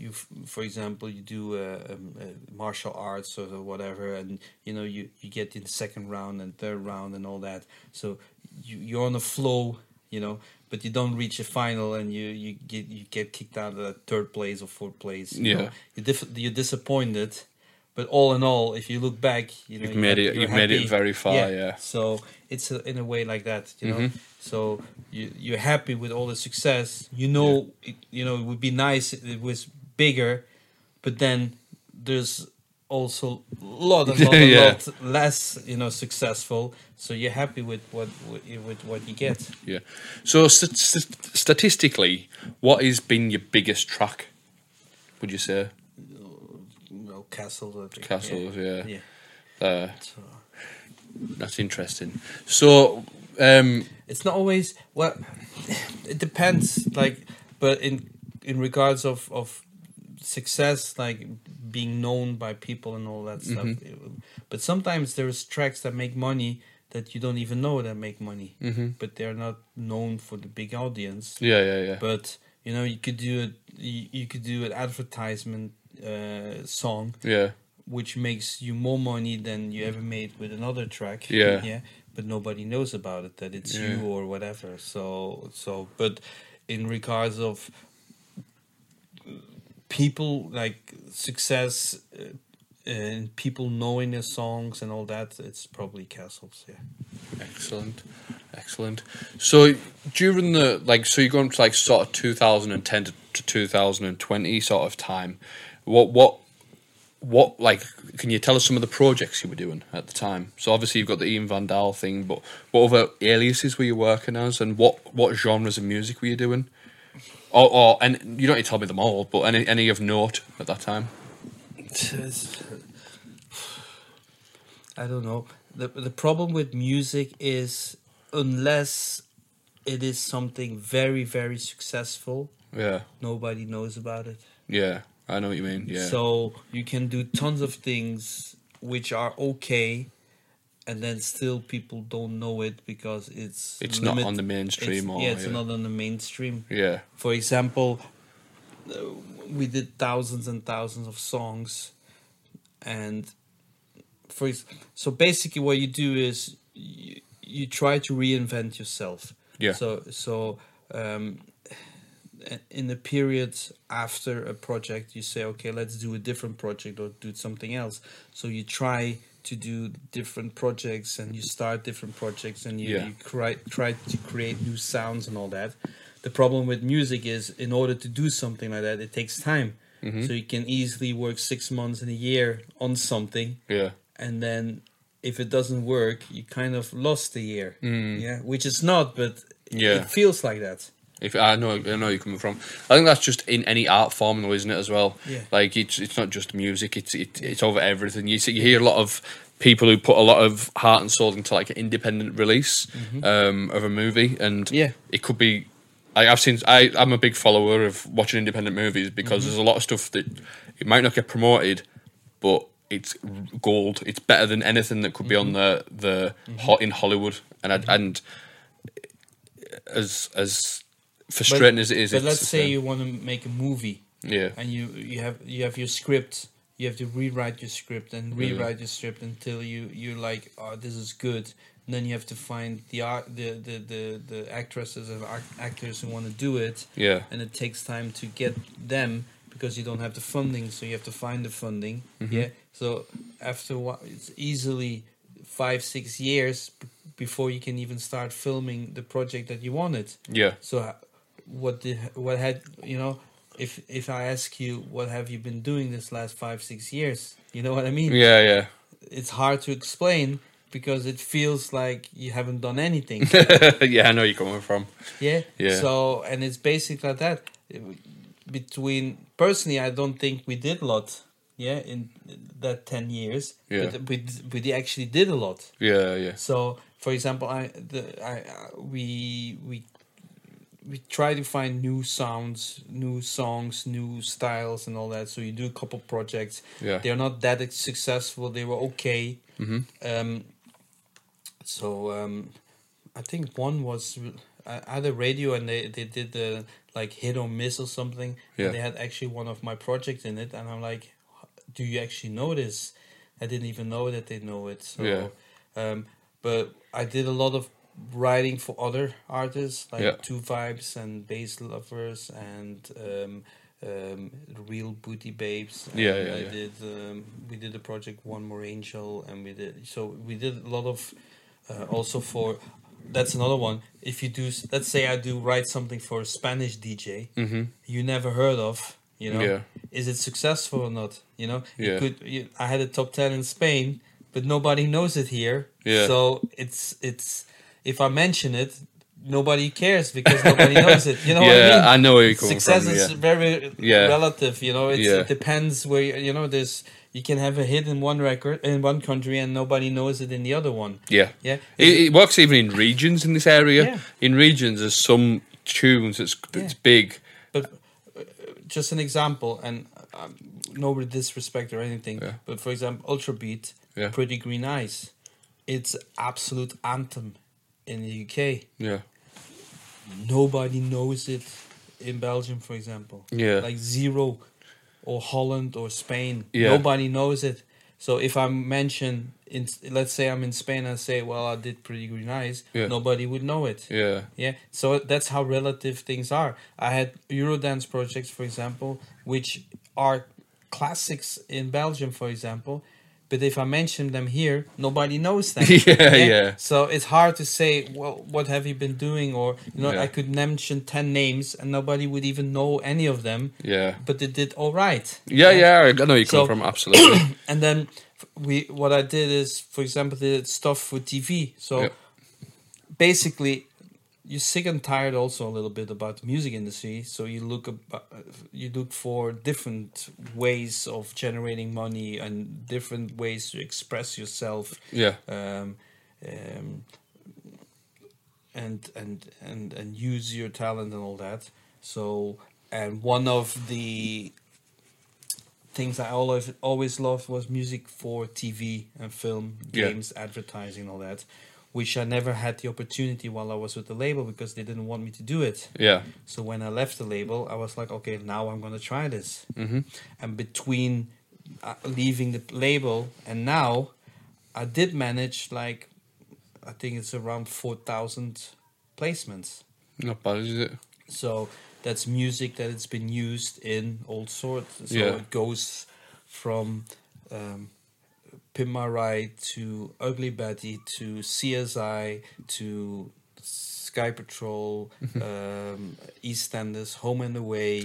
you f- for example you do uh, um, uh, martial arts or whatever and you know you, you get in second round and third round and all that so you, you're on a flow you know but you don't reach a final and you you get you get kicked out of the third place or fourth place you Yeah. know. you're, diff- you're disappointed but all in all if you look back you know You've you made have- it- you're you've made it happy. very far, yeah. so it's a, in a way like that you know Mm-hmm. so you you're happy with all the success you know it, you know it would be nice if it was bigger but then there's also lot and lot, and Yeah. lot less you know successful so you're happy with what what you- with what you get Yeah. So st- st- statistically, what has been your biggest track? Would you say you know castle I think. Castles? Yeah, yeah Uh, so that's interesting. So, um, it's not always well it depends like but in in regards of of success like being known by people and all that stuff but sometimes there's tracks that make money that you don't even know that make money but they're not known for the big audience yeah, yeah, yeah, but you know you could do it you, you could do an advertisement uh song yeah, which makes you more money than you ever made with another track. Yeah. Yeah. But nobody knows about it that it's Yeah. you or whatever. So so but in regards of people like success uh, and people knowing their songs and all that, it's probably castles. Yeah. excellent, excellent. So during the like, so you're going to like sort of 2010 to, to 2020 sort of time. What what what like? Can you tell us some of the projects you were doing at the time? So obviously you've got the Ian Van Dahl thing, but what other aliases were you working as, and what what genres of music were you doing? Or, or and you don't need to tell me them all, but any any of note at that time? I don't know. The the problem with music is unless it is something very very successful, Yeah, nobody knows about it. yeah, I know what you mean. Yeah, So you can do tons of things which are okay, and then still people don't know it because it's It's not on the mainstream It's, or- yeah, it's yeah. not on the mainstream. yeah, For example, uh, we did thousands and thousands of songs, and for ex- so basically what you do is you, you try to reinvent yourself. Yeah. So so um, in the period after a project, you say, okay, let's do a different project or do something else. So you try to do different projects and you start different projects and you, Yeah. you cry, try to create new sounds and all that. The problem with music is, in order to do something like that, it takes time. Mm-hmm. So you can easily work six months in a year on something yeah, and then if it doesn't work, you kind of lost the year. Yeah, which it's not, but Mm. Yeah. it feels like that. If I know, I know where you're coming from. I think that's just in any art form, though, isn't it? As well, Yeah. like it's it's not just music; it's it, it's over everything. You see, you hear a lot of people who put a lot of heart and soul into like an independent release um, of a movie, and Mm-hmm. Yeah. it could be. I, I've seen. I, I'm a Mm-hmm. big follower of watching independent movies because there's a lot of stuff that it might not get promoted, but it's gold. It's better than anything that could be on the Mm-hmm. the hot in Hollywood. And I, and as as frustrating as it is, But it's let's the say same. you want to make a movie, yeah, and you you have you have your script. You have to rewrite your script Mm. and rewrite your script until you you're like, oh, this is good. And then you have to find the art, the, the the the actresses and act- actors who want to do it. Yeah. And it takes time to get them because you don't have the funding, so you have to find the funding. Mm-hmm. Yeah. So after what, it's easily five six years b- before you can even start filming the project that you wanted. yeah. So, uh, what did what had you know? If if I ask you, what have you been doing this last five six years? You know what I mean? Yeah, yeah, It's hard to explain because it feels like you haven't done anything. yeah. I know where you're coming from. yeah. Yeah. So and it's basically like that. Between personally, I don't think we did a lot. Yeah, in that ten years, Yeah. but we we actually did a lot. Yeah, yeah, So, for example, I the I uh, we we we try to find new sounds, new songs, new styles, and all that. So you do a couple projects. Yeah. they're not that ex- successful. They were okay. Mm-hmm. Um, so um, I think one was uh, either radio, and they they did the like hit or miss or something. Yeah. and they had actually one of my projects in it, and I'm like, do you actually know this? I didn't even know that they know it. So Yeah. um, but I did a lot of writing for other artists like Yeah. Two Vibes and Bass Lovers and um, um, Real Booty Babes. And Yeah, yeah, I yeah. did. Um, we did a project One More Angel, and we did. So we did a lot of uh, also for. That's another one. If you do, s- let's say I do write something for a Spanish DJ you never heard of, you know, Mm-hmm. Yeah. is it successful or not? You know, Yeah. it could. You, I had a top ten in Spain, but nobody knows it here. Yeah. So it's it's if I mention it, nobody cares because nobody knows it. You know what I Yeah, mean? I know where you're coming Success from, is yeah. very Yeah. relative. You know, it's, Yeah. it depends where you, you know. There's you can have a hit in one record in one country and nobody knows it in the other one. yeah. Yeah. It, it works even in regions in this area. Yeah. In regions, there's some tunes that's that's Yeah. big. but uh, just an example, and um, no disrespect or anything, Yeah. but for example, Ultra Beat, Yeah. Pretty Green Eyes, it's absolute anthem in the UK. Yeah, Nobody knows it in Belgium, for example. Yeah. like zero, or Holland or Spain. Yeah. nobody knows it. So if I mention, in, let's say I'm in Spain, I say, "Well, I did Pretty Green Eyes," Yeah. nobody would know it. yeah, Yeah, so that's how relative things are. I had Eurodance projects, for example, which are classics in Belgium, for example, but if I mention them here, nobody knows them. Yeah, yeah. So it's hard to say, well, what have you been doing? Or, you know, Yeah. I could mention 10 names and nobody would even know any of them, yeah, but they did all right yeah, yeah. I know where you're coming So- from. Absolutely. and then f- we what I did is, for example, did stuff for TV. So Yeah. basically, you're sick and tired also a little bit about the music industry. So you look about, you look for different ways of generating money and different ways to express yourself. Yeah. Um, um, and and and and use your talent and all that. So and one of the things I always always loved was music for TV and film, Yeah. games, advertising, and all that, which I never had the opportunity while I was with the label because they didn't want me to do it. Yeah, So when I left the label, I was like, okay, now I'm gonna try this. Mm-hmm. And between uh, leaving the label and now, I did manage like, I think it's around four thousand placements. not bad, is it? So that's music that it's been used in all sorts. So Yeah. it goes from um, Pimp My Ride to Ugly Betty to CSI to Sky Patrol, um, EastEnders, Home and Away,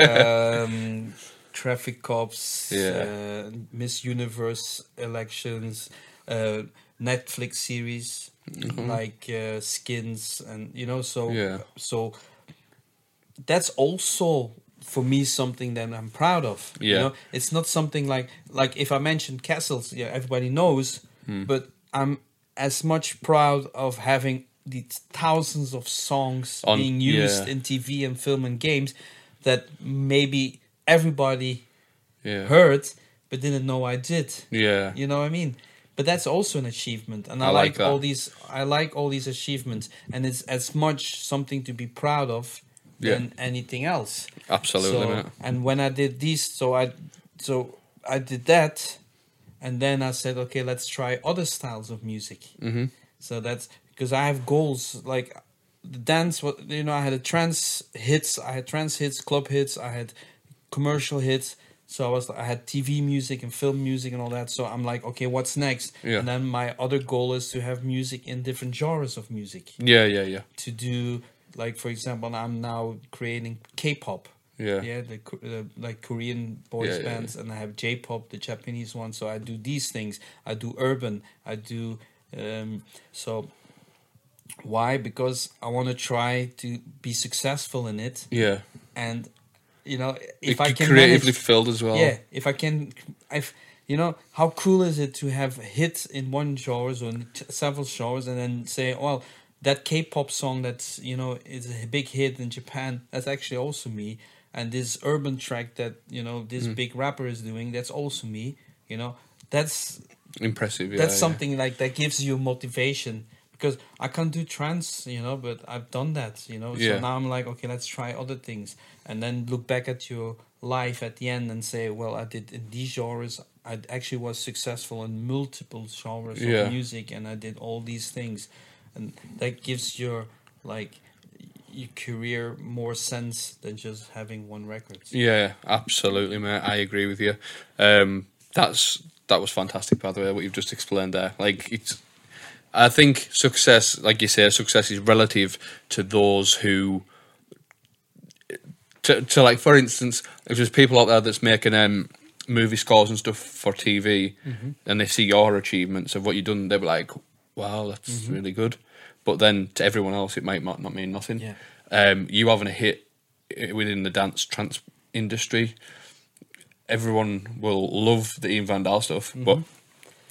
um, Traffic Cops, Yeah. uh, Miss Universe elections, uh, Netflix series like uh, Skins, and you know, so Mm-hmm. Yeah. so that's also for me something that I'm proud of. You Yeah. know, it's not something like like if I mentioned castles, yeah, everybody knows, Hmm. but I'm as much proud of having the thousands of songs On- being used yeah. in TV and film and games that maybe everybody Yeah, heard, but didn't know I did. Yeah. You know what I mean? But that's also an achievement, and I I, like like, that. all these. I like all these achievements, and it's as much something to be proud of Yeah. than anything else. Absolutely, So- mate. And when I did these, so I, so I did that, and then I said, okay, let's try other styles of music. Mm-hmm. So that's because I have goals like the dance. What you know, I had a trance hits, I had trance hits, club hits, I had commercial hits. So I was, I had TV music and film music and all that. So I'm like, okay, what's next? Yeah. And then my other goal is to have music in different genres of music. Yeah, yeah, yeah. To do like, for example, I'm now creating K-pop Yeah. yeah the, Ko- the like korean boys Yeah, yeah, bands and i have j-pop the japanese one so i do these things i do urban i do um so why because i want to try to be successful in it Yeah. and you know It if i c- can creatively manage, filled as well. yeah if i can i've you know how cool is it to have hits in one genre or in t- several genres and then say well that k-pop song that's you know is a big hit in japan that's actually also me and this urban track that you know this Mm. big rapper is doing that's also me you know that's Impressive. Yeah, that's yeah. something like that gives you motivation because I can't do trance, you know, but I've done that, you know. Yeah. So now I'm like, okay, let's try other things, and then look back at your life at the end and say, well, I did in these genres. I actually was successful in multiple genres Yeah. of music, and I did all these things, and that gives your like y- your career more sense than just having one record. Yeah, absolutely, mate. I agree with you. Um, that's that was fantastic, by the way. What you've just explained there, like it's. I think success, like you say, success is relative to those who. To, to like, for instance, if there's people out there that's making um, movie scores and stuff for TV, Mm-hmm. and they see your achievements of what you've done, they're like, "Wow, that's Mm-hmm. really good," but then to everyone else, it might not, not mean nothing Yeah. um, you having a hit i- within the dance trance industry, everyone will love the Ian Van Dahl stuff. But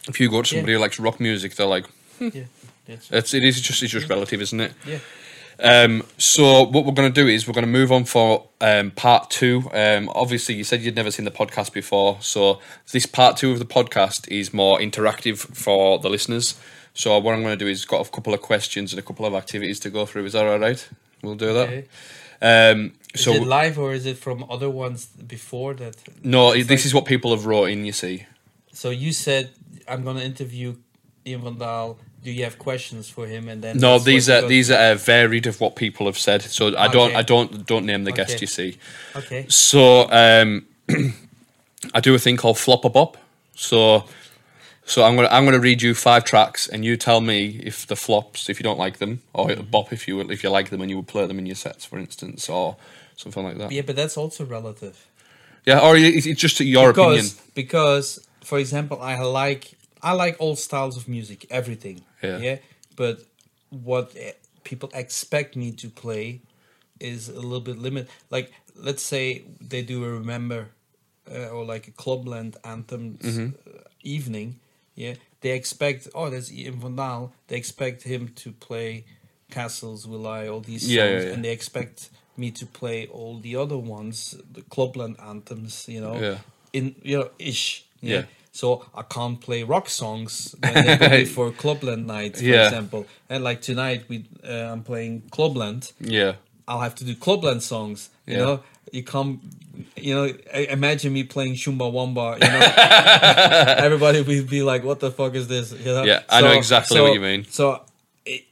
if you go to somebody Mm-hmm. Yeah. who likes rock music, they're like, yeah, that's, it's, it is just it's just relative, isn't it? yeah. Um, so what we're going to do is we're going to move on for um, part two. Um, obviously, you said you'd never seen the podcast before, so this part two of the podcast is more interactive for the listeners. So what I'm going to do is got a couple of questions and a couple of activities to go through. Is that all right? We'll do that. Okay. Um, Is so it live or is it from other ones before that? no, this like- is what people have wrote in. You see, So you said I'm gonna interview Ian Van Dahl. Do you have questions for him? And then no, that's these what are you got- these are uh, varied of what people have said. So I don't, Okay. I don't, don't name the guest. Okay. You see, Okay. so um, I do a thing called flop a bop. So, so I'm gonna I'm gonna read you five tracks, and you tell me if the flops, if you don't like them, or a bop if you if you like them, and you would play them in your sets, for instance, or something like that. Yeah, but that's also relative. Yeah, or it, it's just your Because opinion. because for example, I like I like all styles of music, everything. Yeah. But what eh, people expect me to play is a little bit limited. Like let's say they do a remember uh, or like a clubland anthem Mm-hmm. uh, evening. Yeah, they expect oh there's Ian Van Dahl. They expect him to play Castles Will I all these songs, Yeah, yeah, yeah. and they expect me to play all the other ones, the clubland anthems. You know, Yeah. in you know ish. Yeah. Yeah. So I can't play rock songs when they play for clubland night, for Yeah. example. And like tonight, we uh, I'm playing clubland. Yeah, I'll have to do clubland songs. You Yeah. know, you come, you know, i- imagine me playing Shumba Wamba. You know, everybody would be like, "What the fuck is this?" You know? Yeah, I know exactly what you mean. So. It,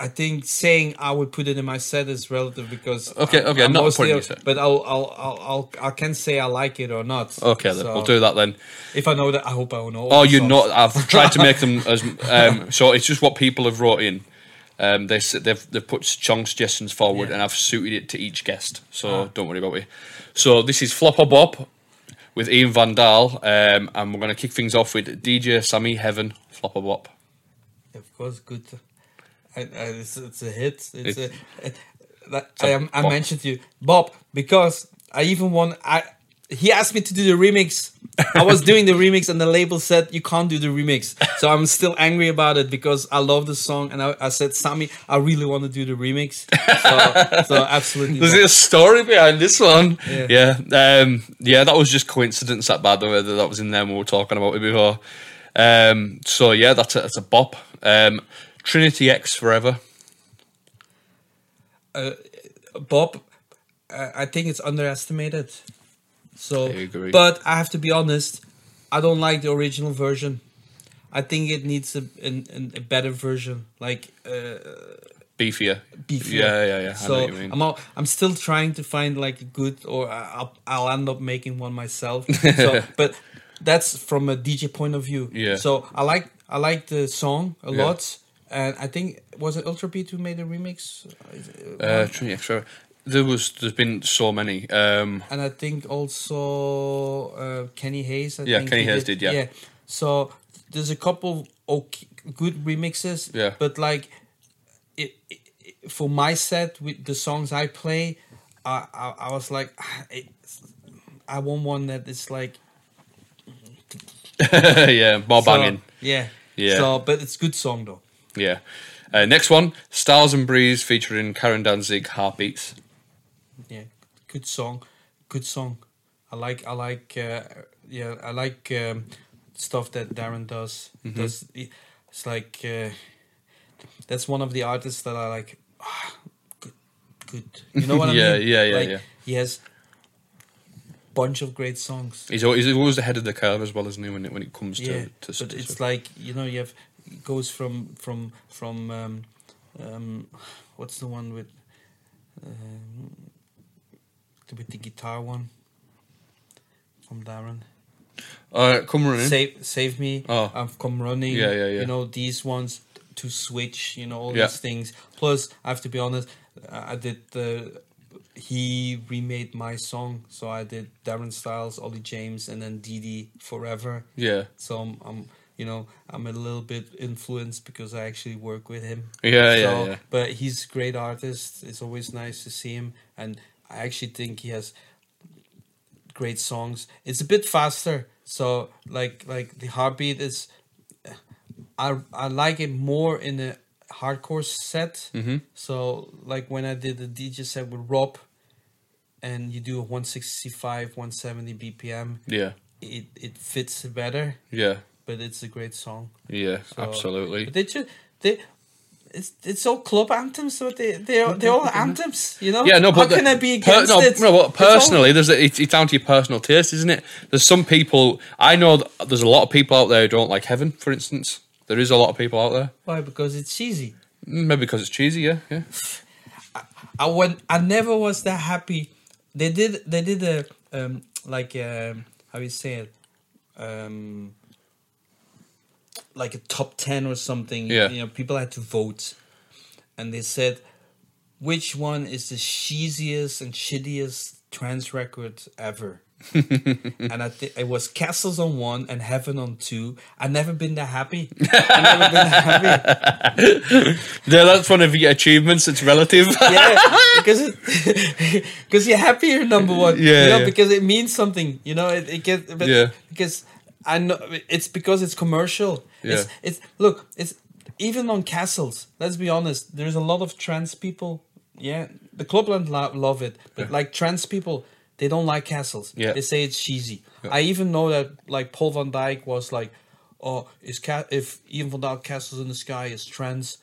I think saying I would put it in my set is relative because Okay, I- okay, I'm not mostly- putting it in your set. but I'll I'll I'll I'll I can say I like it or not. okay, then So we'll do that then. If I know that, I hope I will know. all Oh, the you're songs. not. I've tried to make them as. Um, so it's just what people have wrote in. Um, they, s- they've they've put strong suggestions forward, Yeah. and I've suited it to each guest. So don't worry about it. So this is Flopper Bob with Ian Van Dahl, um, and we're going to kick things off with DJ Sammy Heaven Flopper Bob. Of course, good. I, I, it's, it's a hit. It's, It's- a. It, that, a I, am- I bop. mentioned you, Bob, because I even won. I he asked me to do the remix. I was doing the remix, and the label said you can't do the remix. So I'm still angry about it because I love the song, and I, I said, Sammy, I really want to do the remix. So, so absolutely. There's not. a story behind this one. Yeah. Yeah. Um, yeah, that was just coincidence that bad that that was in there when we were talking about it before. Um, so yeah, that's a, that's a bop. Um, Trinity X Forever. Bob, uh, I think it's underestimated. So, I agree. but I have to be honest, I don't like the original version. I think it needs a an, an, a better version, like uh, Beefier. beefier. Yeah, yeah, yeah. So I know what you mean. am all, I'm still trying to find like a good, or I- I'll, I'll end up making one myself. so, but that's from a DJ point of view. Yeah. So I like I like the song a Yeah. lot, and I think was it Ultra Beat who made the remix? Is it- uh, Trinity X Forever. There was there's been so many. Um, and I think also uh, Kenny Hayes. I Yeah, think Kenny he Hayes did, yeah. So there's a couple okay, good remixes. Yeah. But like, it, it, it- for my set with the songs I play, I I, I was like, "Ah, it, I want one that is like yeah, more so- banging. Yeah. Yeah. So, but it's good song though. Yeah. Uh, next one, Stars and Breeze featuring Karen Danzig, Heartbeats. yeah good song good song i like i like uh, yeah i like um, stuff that darren does Mm-hmm. does it's like uh, that's one of the artists that i like ah, good good you know what i Yeah, mean yeah, yeah, like, yeah. he has bunch of great songs He's always, he's always ahead of the curve as well, isn't he? When it when it comes to yeah to, but to it's like you know you have it goes from from from um, um what's the one with um, with the guitar one from Darren uh, come running. save save me Oh. I've come running Yeah, yeah, yeah. you know these ones to switch you know all Yeah. these things plus I have to be honest I I did the he remade my song so I did Darren Styles Ollie James and then Dee Dee Forever yeah, so I'm, I'm you know I'm a little bit influenced because I actually work with him. Yeah, so, yeah, yeah. But he's a great artist. It's always nice to see him, and I actually think he has great songs. It's a bit faster, so like like the heartbeat is. I I like it more in a hardcore set. Mm-hmm. So like when I did the DJ set with Rob, and you do a 165, 170 BPM, yeah, it it fits better yeah, but it's a great song. yeah. So- absolutely. But they just they. It's, it's all club anthems, so they they are they're all anthems, you know. Yeah, no, but how can the- I be per- against no, it? no, but It's all- personally, there's a, it's, it's down to your personal taste, isn't it? There's some people I know. that There's a lot of people out there who don't like Heaven, for instance. There is a lot of people out there. why? Because it's cheesy. Maybe because it's cheesy. Yeah, yeah. I went, I never was that happy. They did they did a um like um how you say it um like a top ten or something. Yeah. you know, people had to vote, and they said which one is the cheesiest and shittiest trance record ever. and I think it was Castles on one and Heaven on two. I've never been that happy. I've never been that happy. Yeah, that's one of your achievements. It's relative. yeah, because because you're happier number one. Yeah, you know, yeah. because it means something. You know, it, it gets but Yeah. because I know it's because it's commercial. It's Yeah. it's look, it's even on castles. Let's be honest. There's a lot of trans people. Yeah, the clubland lo- love it, but Yeah. like trans people, they don't like castles. Yeah. they say it's cheesy. I even know that like Paul Van Dyke was like, "Oh, is cat if even Van Dyke Castles in the Sky is trans."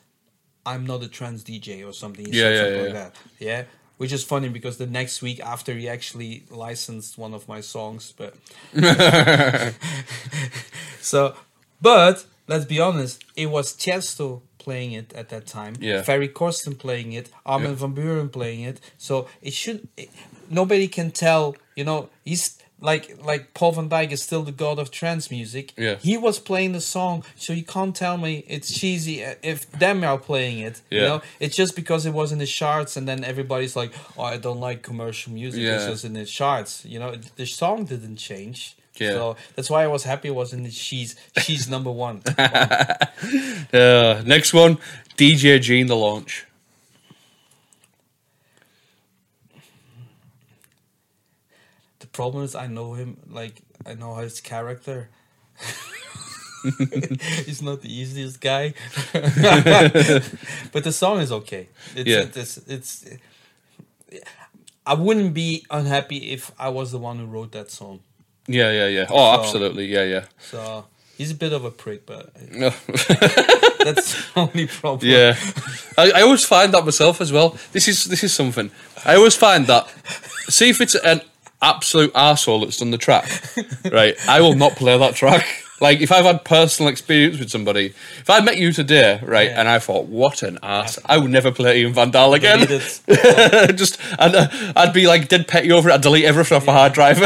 I'm not a trans DJ or something. He Yeah, said yeah, something like yeah. that. Yeah. Which is funny because the next week after he actually licensed one of my songs, but so but let's be honest, it was Chesto playing it at that time. Yeah. Ferry Corsten playing it, Armin Yeah. van Buren playing it. So it should it, nobody can tell, you know, he's like like Paul van Dyke is still the god of trance music. Yeah. He was playing the song, so you can't tell me it's cheesy uh, if them are playing it. You Yeah. know, it's just because it was in the charts, and then everybody's like, "Oh, I don't like commercial music. It's Yeah. just in the charts." You know, it- the song didn't change. Yeah. So that's why I was happy it was in the she's she's number one. Uh, next one, DJ Gene, the launch. the problem is, I know him. Like I know his character. He's not the easiest guy, but the song is okay. It's, Yeah. it's, it's. I wouldn't be unhappy if I was the one who wrote that song. Yeah, yeah, yeah. Oh, So- absolutely. Yeah, yeah. So he's a bit of a prick, but No. that's the only problem. yeah. I, I always find that myself as well. This is this is something. I always find that. See if it's an absolute asshole that's done the track, right? I will not play that track. Like if I've had personal experience with somebody, if I met you today, right, Yeah. and I thought, what an ass, I would never play Ian Van Dahl again. Delete it. Just, and uh, I'd be like dead petty over it. I'd delete everything off my hard drive.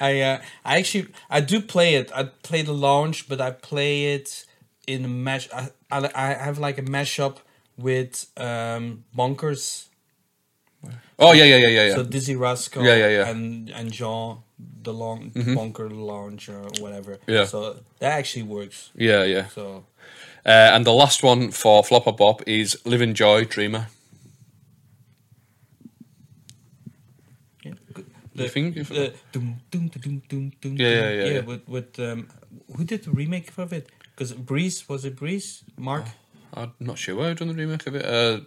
I uh, I actually I do play it. I play the launch, but I play it in a mash. I, I I have like a mashup with um Bonkers, oh yeah, yeah, yeah, yeah, yeah. so Dizzy Rascal, Yeah, yeah, yeah. Mm-hmm. and and Jean the long Bonker launch or whatever. Yeah. So that actually works. yeah, yeah. So Uh, and the last one for Flopper Bob is Live in Joy, Dreamer. the, You think if- the doom, doom, doom, doom, doom, Yeah, yeah, doom. yeah, yeah. With with um, who did the remake of it? Because Breeze was it Breeze Mark? Uh, I'm not sure where I've done the remake of it. Uh,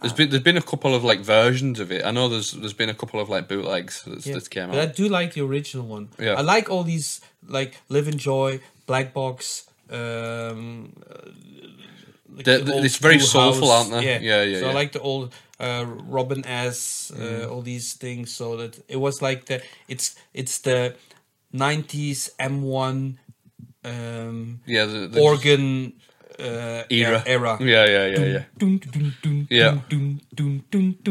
there's been there's been a couple of like versions of it. I know there's there's been a couple of like bootlegs that's, Yeah, that came but I out. do like the original one. Yeah. I like all these like Live and Joy, Black Box. Um, uh, like They're- the old it's very Blue soulful, House. aren't they? Yeah, Yeah, yeah, So I yeah. Mm. like the old uh, Robin S. Uh, All these things. So that it was like the it's it's the '90s M1 um, Yeah, the, the organ uh, era. era. Yeah, yeah, yeah, yeah. Yeah. Yeah.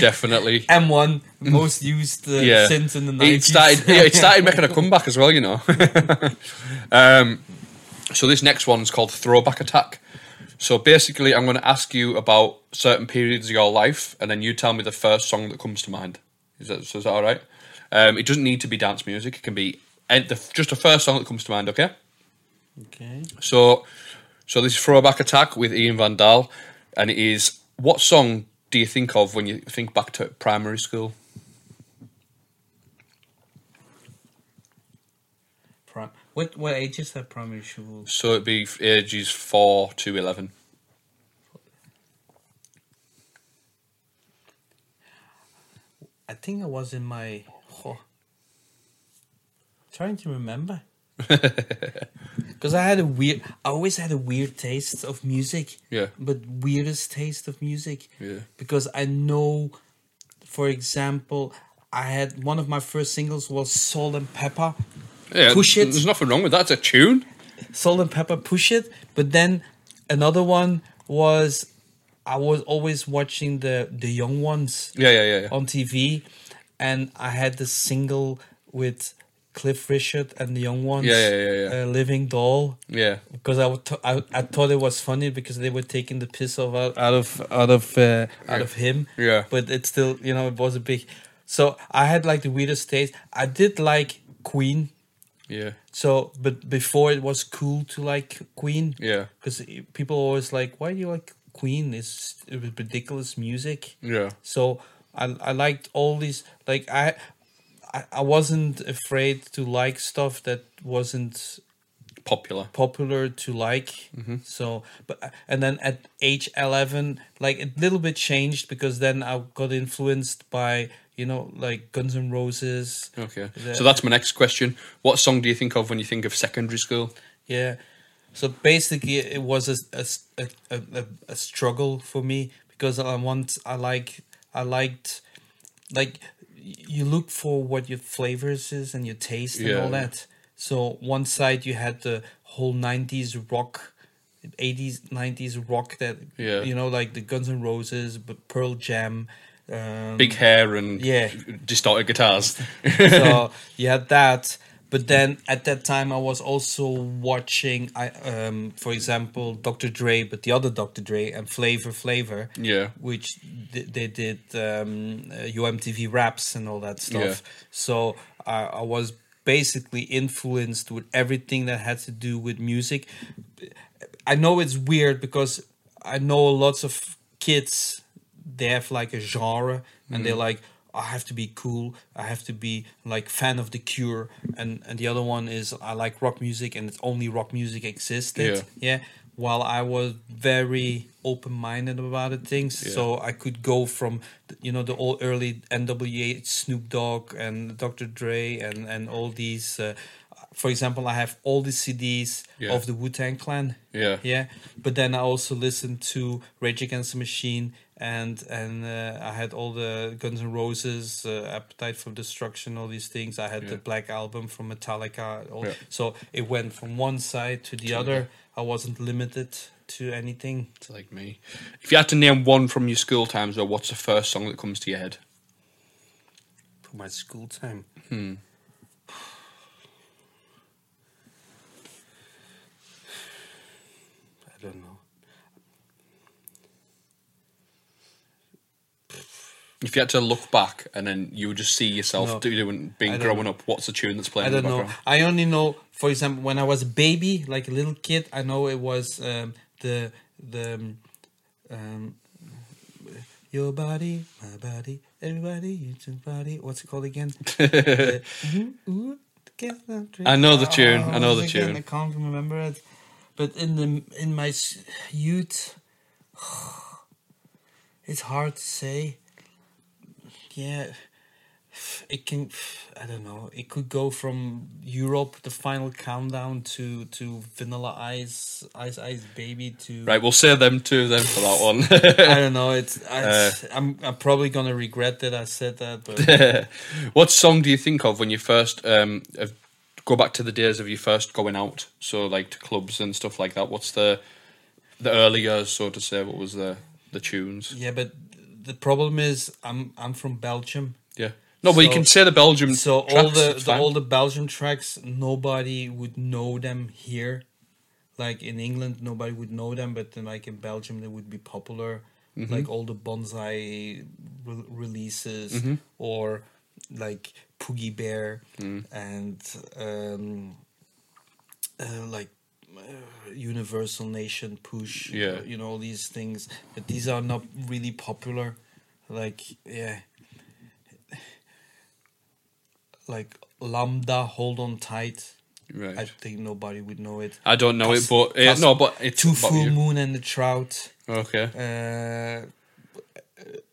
Definitely. M1 most used uh, Mm. Yeah. synth in the 90s. It started. Yeah, it started making a comeback as well. You know. um, so this next one's called Throwback Attack. So basically, I'm going to ask you about certain periods of your life, and then you tell me the first song that comes to mind. Is that, so is that all right? Um, it doesn't need to be dance music. It can be and the, just the first song that comes to mind. Okay. Okay. So, so this is throwback attack with Ian Van Dahl, and it is what song do you think of when you think back to primary school? Prim- what what ages have primary school? So it'd be f- ages four to eleven. I think I was in my oh, trying to remember because I had a weird. I always had a weird taste of music. Yeah. But weirdest taste of music. Yeah. Because I know, for example, I had one of my first singles was Salt and Pepper. Yeah, Push It. There's nothing wrong with that. It's a tune. Salt and Pepper Push It. But then another one was I was always watching the the young ones Yeah, yeah, yeah. yeah. on TV and I had the single with Cliff Richard and the young ones Yeah, yeah, yeah, yeah. Uh, Living Doll yeah. because I, would t- I I thought it was funny because they were taking the piss of out, out of out of uh, out of him. Yeah. But it's still you know it was a big. So I had like the weirdest taste. I did like Queen. Yeah. So but before it was cool to like Queen. Yeah. Because people always like, why do you like Queen? It's ridiculous music. Yeah. So I I liked all these like I. I- I wasn't afraid to like stuff that wasn't Popular. popular to like. Mm-hmm. So, but and then at age eleven, like a little bit changed because then I got influenced by you know like Guns N' Roses. Okay. The- So that's my next question. What song do you think of when you think of secondary school? Yeah. So basically, it was a a, s- a, a- a- a struggle for me because I want I like I liked like y- you look for what your flavors is and your taste and all Yeah. that. So one side you had the whole '90s rock, '80s '90s rock that Yeah. you know like the Guns N' Roses, but Pearl Jam. Um, Big hair and Yeah. distorted guitars. so you had that but then at that time i was also watching i um for example dr dre but the other dr dre and flavor flavor Yeah. which th- they did um uh, umtv raps and all that stuff Yeah. so I, I was basically influenced with everything that had to do with music I know it's weird because I know lots of kids they have like a genre and they're like, I have to be cool. I have to be like fan of the Cure, and and the other one is I like rock music, and it's only rock music existed. Yeah. While I was very open minded about the things, so I could go from you know the old early N.W.A. Snoop Dogg and Dr. Dre and and all these. Uh, for example, I have all the CDs Yeah. of the Wu Tang Clan. Yeah. Yeah. But then I also listened to Rage Against the Machine and and uh, I had all the Guns N' Roses, uh, Appetite for Destruction, all these things. I had the Black Album from Metallica. All, Yeah. So it went from one side to the other. I wasn't limited to anything. It's like me. If you had to name one from your school times, or what's the first song that comes to your head? For my school time. I don't know. If you had to look back and then you would just see yourself No. doing, being I don't growing up, what's the tune that's playing? I don't in the know. background? I only know, for example, when I was a baby, like a little kid, I know it was um, the the um, um, your body, my body, everybody, you two body. What's it called again? The- Ooh, ooh, together, I know the tune. I know the once Oh, again, tune. I can't remember it. But in the in my s- youth, it's hard to say. Yeah, it can. I don't know. It could go from Europe, the final countdown, to to Vanilla Ice, Ice Ice Baby, to Right, we'll say them two then for that I don't know. It's I, I'm I'm probably gonna regret that I said that, but one. what song do you think of when you first um, of- go back to the days of you first going out? So like to clubs and stuff like that. What's the the early years, so to say? What was the the tunes? yeah. But the problem is, I'm I'm from Belgium. Yeah. No, but you So- can say the Belgium. So all tracks, the, it's the fine. all the Belgium tracks, nobody would know them here. Like in England, nobody would know them, but then like in Belgium, they would be popular. Mm-hmm. Like all the bonsai re- releases Mm-hmm. or like Poogie Bear Mm. and um, uh, like uh, Universal Nation Push. Yeah. you know all these things, but these are not really popular. Like yeah like lambda hold on tight Right. i think nobody would know it I don't know it, but eh, Plus- no, but it's two about full you. moon and the trout Okay. uh,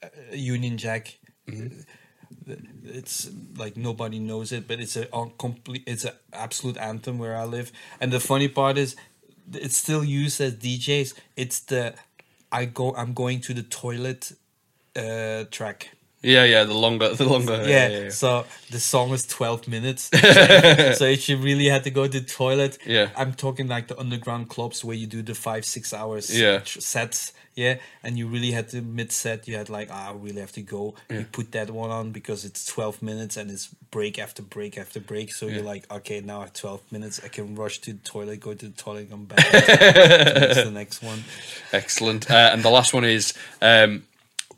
uh union jack Mm-hmm. Uh, it's like nobody knows it but it's a complete it's an absolute anthem where i live and the funny part is it's still used as djs it's the i go i'm going to the toilet uh track Yeah, yeah. The longer, the longer. yeah, yeah, yeah. So the song is 12 minutes. so if you really had to go to the toilet, Yeah. I'm talking like the underground clubs where you do the five, six hours Yeah. tr- sets. Yeah. And you really had to mid set, you had like, ah, I really have to go. You put that one on because it's 12 minutes and it's break after break after break. So you're like, okay, now I have 12 minutes. I can rush to the toilet, go to the toilet, come back. That's the next one. Excellent. Uh, and the last one is, um,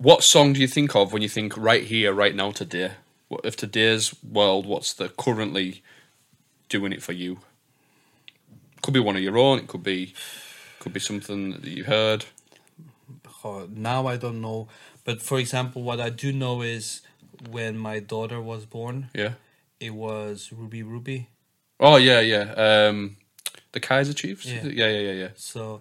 what song do you think of when you think right here, right now, today? What if today's world? What's the currently doing it for you? Could be one of your own. It could be, could be something that you heard. Oh, now I don't know. But for example, what I do know is when my daughter was born, Yeah. it was Ruby Ruby. Oh yeah, yeah. Um, the Kaiser Chiefs. Yeah. Yeah, yeah, yeah, yeah. So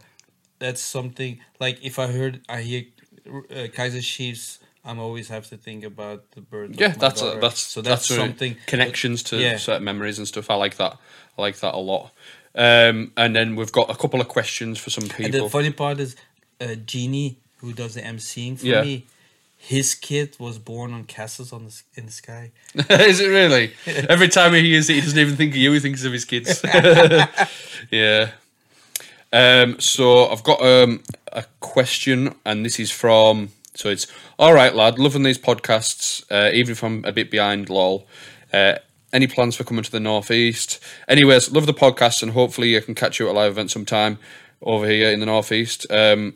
that's something like if I heard I hear uh, Kaiser Chiefs, I'm always have to think about the birth. Yeah, of my that's a, daughter. that's so that's, a- something connections to yeah. certain memories and stuff. I like that. I like that a lot. Um, and then we've got a couple of questions for some And people. the funny part is, uh, Genie, who does the emceeing for Yeah. me, his kid was born on castles on the, s- in the sky. Is it really? Every time he hears it, he doesn't even think of you. He thinks of his kids. yeah. Um, so I've got um, a question, and this is from. So it's all right, lad. Loving these podcasts, uh, even if I'm a bit behind. Lol. Uh, any plans for coming to the northeast? Anyways, love the podcast, and hopefully I can catch you at a live event sometime over here in the northeast. Um,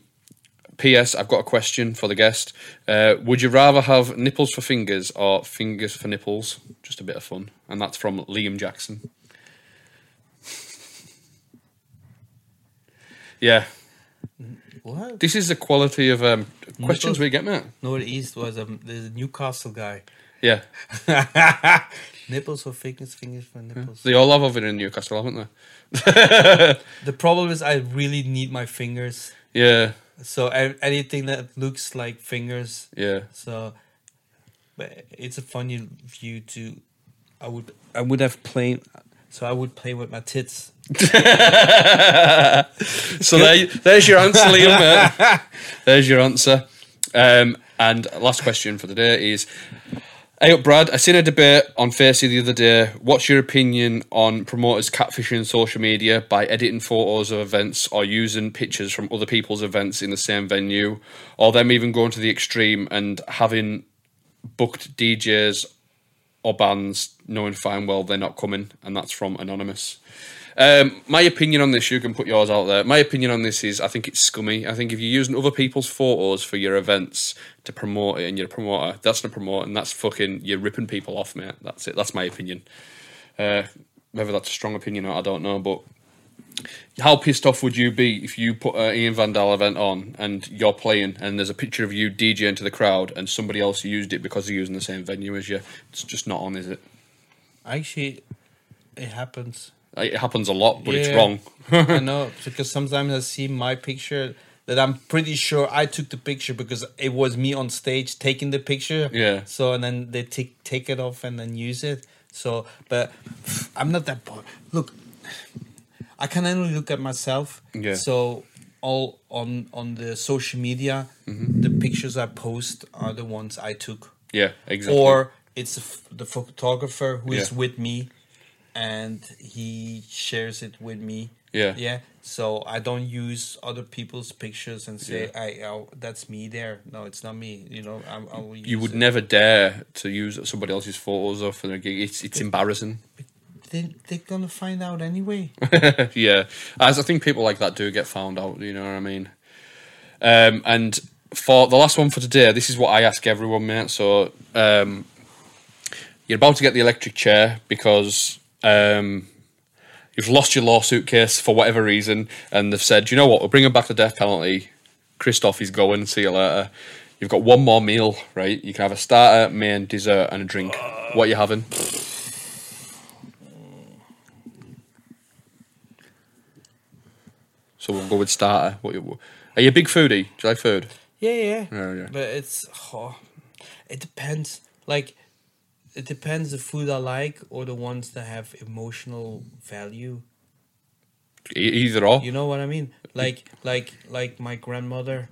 P.S. I've got a question for the guest. Uh, would you rather have nipples for fingers or fingers for nipples? Just a bit of fun, and that's from Liam Jackson. yeah, What? this is the quality of um, questions we get, mate. Northeast was um, the Newcastle guy. Yeah, Nipples for thickness, fingers Hmm. for nipples. they all have of it in Newcastle, haven't they? The problem is I really need my fingers. Yeah, So a- anything that looks like fingers. yeah. So, but it's a funny view to. I would I would have played. So I would play with my tits. So there, there's your answer, Liam. mate. There's your answer. Um, and last question for the day is: Hey up, Brad. I seen a debate on Facey the other day. What's your opinion on promoters catfishing social media by editing photos of events or using pictures from other people's events in the same venue, or them even going to the extreme and having booked DJs or bands knowing fine well they're not coming, and that's from anonymous. Um, my opinion on this, you can put yours out there. My opinion on this is I think it's scummy. I think if you're using other people's photos for your events to promote it and you're a promoter, that's not promoting, that's fucking, you're ripping people off, mate. That's it. That's my opinion. Uh, whether that's a strong opinion or not, I don't know, but how pissed off would you be if you put an Ian Van Dal event on and you're playing and there's a picture of you DJing to the crowd and somebody else used it because they're using the same venue as you? It's just not on, is it? Actually, it happens. Like, It happens a lot, but it's Yeah. wrong. I know because sometimes I see my picture that I'm pretty sure I took the picture because it was me on stage taking the picture. Yeah. So and then they take take it off and then use it. So, but I'm not that bored. Look, I can only look at myself. Yeah. So all on on the social media, Mm-hmm. the pictures I post are the ones I took Yeah, exactly. or it's the ph- the photographer who is Yeah. with me and he shares it with me Yeah. yeah so i don't use other people's pictures and say Yeah. i oh, that's me there no it's not me you know i, I will use you would it. never dare to use somebody else's photos or for their gig. It's it's embarrassing. they, they're gonna find out anyway yeah, as I think people like that do get found out. You know what I mean? Um, and for the last one for today, this is what I ask everyone, mate. So um, you're about to get the electric chair because. Um, You've lost your lawsuit case for whatever reason, and they've said, you know what, we'll bring him back the death penalty. Christoph is going, see you later. You've got one more meal, right? You can have a starter, main, dessert, and a drink. What are you having? So we'll go with starter. What you, are you a big foodie? Do you like food? yeah yeah, Yeah, yeah. but it's oh, it depends like it depends the food i like or the ones that have emotional value E- either or. You know what I mean? Like like like my grandmother,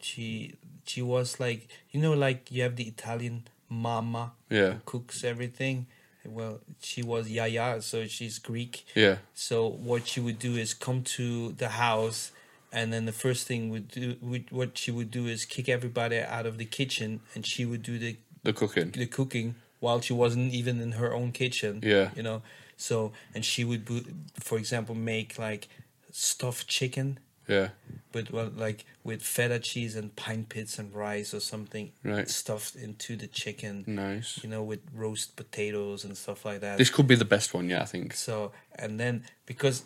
she she was like you know like you have the Italian mama Yeah. who cooks everything. Well, she was Yaya, so she's Greek. Yeah. So what she would do is come to the house, and then the first thing would do would, what she would do is kick everybody out of the kitchen, and she would do the The cooking. the cooking while she wasn't even in her own kitchen. Yeah. You know, so, and she would, bo- for example, make like stuffed chicken, Yeah. but well, like with feta cheese and pine pits and rice or something Right. stuffed into the chicken. Nice. You know, with roast potatoes and stuff like that. This could be the best one, yeah, I think. So and then because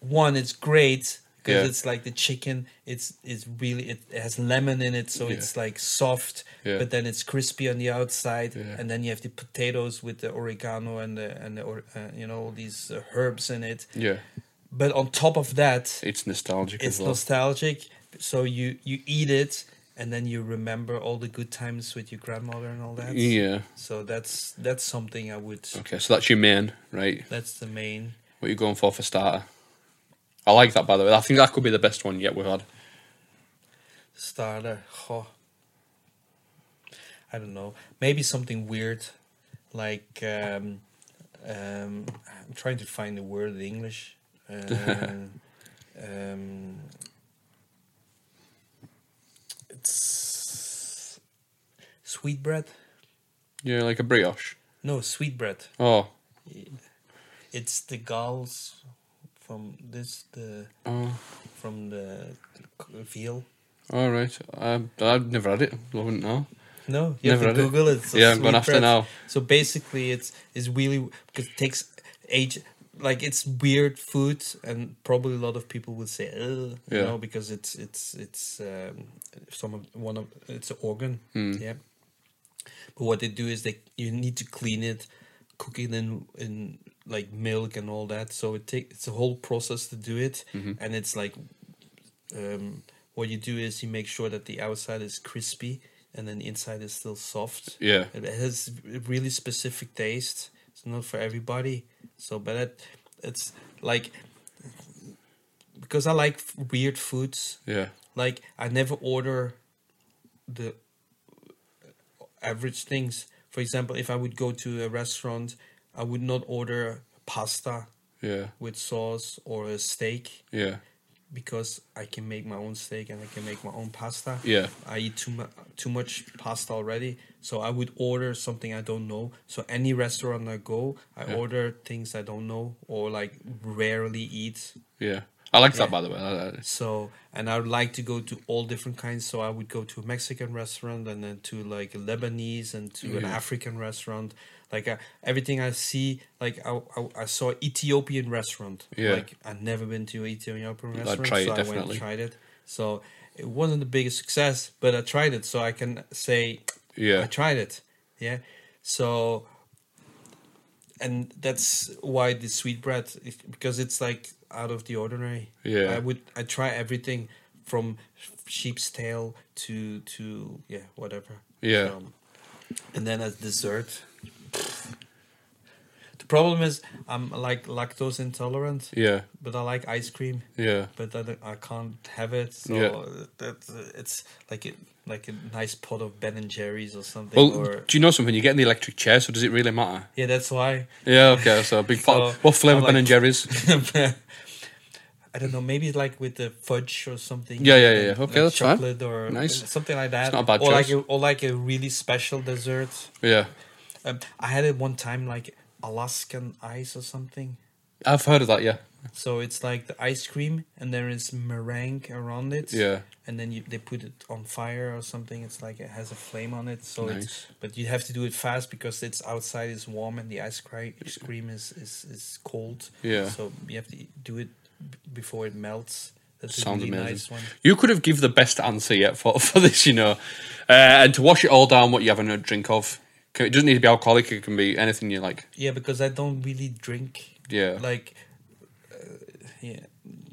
one, it's great because Yeah. it's like the chicken. It's it's really it, it has lemon in it, so Yeah. it's like soft, Yeah. but then it's crispy on the outside, Yeah. and then you have the potatoes with the oregano and the and the or, uh, you know all these uh, herbs in it. Yeah. But on top of that, It's nostalgic it's as well. nostalgic. So you you eat it. And then you remember all the good times with your grandmother and all that. yeah. So that's that's something I would. Okay, so that's your main, right? That's the main. What are you going for for starter? I like that, by the way. I think that could be the best one yet we've had. starter. Huh. I don't know. Maybe something weird, like um, um, I'm trying to find the word in English. Um, um, it's sweet bread. Yeah, like a brioche. No, sweet bread. Oh, It's the galls from this the oh, from the c- veal. all right. Um, I've never had it. I wouldn't know. No, you Never have to had it. Google it. Yeah, I'm gonna sweet have to bread. now. So basically, it's it's really because it takes age. Like it's weird food, and probably a lot of people will say, Ugh, you Yeah. know, Hmm. because it's it's it's um, some of, one of it's an organ, yeah. But what they do is they you need to clean it, cook it in in like milk and all that. So it take it's a whole process to do it, and it's like um, what you do is you make sure that the outside is crispy and then the inside is still soft. Yeah. it has a really specific taste. It's not for everybody. So, but it, it's like because I like f- weird foods. Yeah. Like I never order the average things. For example, if I would go to a restaurant, I would not order pasta Yeah. with sauce or a steak Yeah. because I can make my own steak and I can make my own pasta. Yeah. I eat too much too much pasta already, so I would order something I don't know. So any restaurant I go, I Yeah. order things I don't know or like rarely eat. Yeah. I liked that by Yeah. the way. I- I- So and I would like to go to all different kinds. So I would go to a Mexican restaurant and then to like a Lebanese and to an Yeah. African restaurant. Like I, everything I see, like I, I, I saw Ethiopian restaurant. Yeah. Like I'd never been to an Ethiopian restaurant, try it, so I went definitely. and tried it. So it wasn't the biggest success, but I tried it. So I can say Yeah. I tried it. Yeah. So and that's why the sweetbread is- because it's like out of the ordinary. Yeah. I would I try everything from sheep's tail to to yeah, whatever. Um, Yeah. and then as dessert. The problem is I'm like lactose intolerant, Yeah. but I like ice cream Yeah. but I, don't- I can't have it. So Yeah. that it's like a like a nice pot of Ben and Jerry's or something. Well, or do you know something? You get in the electric chair, so does it really matter? yeah, that's why. Yeah, okay. So a big pot. of- So, what flavour I Ben like- and Jerry's? I don't know, maybe like with the fudge or something. Yeah, yeah, yeah. and, Okay, like that's fine. chocolate or Nice. something like that. not a bad or like choice. a, or like a really special dessert. Yeah, Um, I had it one time like Alaskan ice or something. I've heard of that. Yeah, So it's like the ice cream, and there is meringue around it. Yeah. And then you, they put it on fire or something. It's like it has a flame on it. So Nice. it's but you have to do it fast because it's outside is warm and the ice cri- ice cream is, is is cold. Yeah. So you have to do it b- before it melts. That's sounds a really amazing. nice one. You could have give the best answer yet for, for this, you know, uh, and to wash it all down, what you have a drink of. C- It doesn't need to be alcoholic. It can be anything you like. Yeah, because I don't really drink. Yeah. Like, uh, yeah,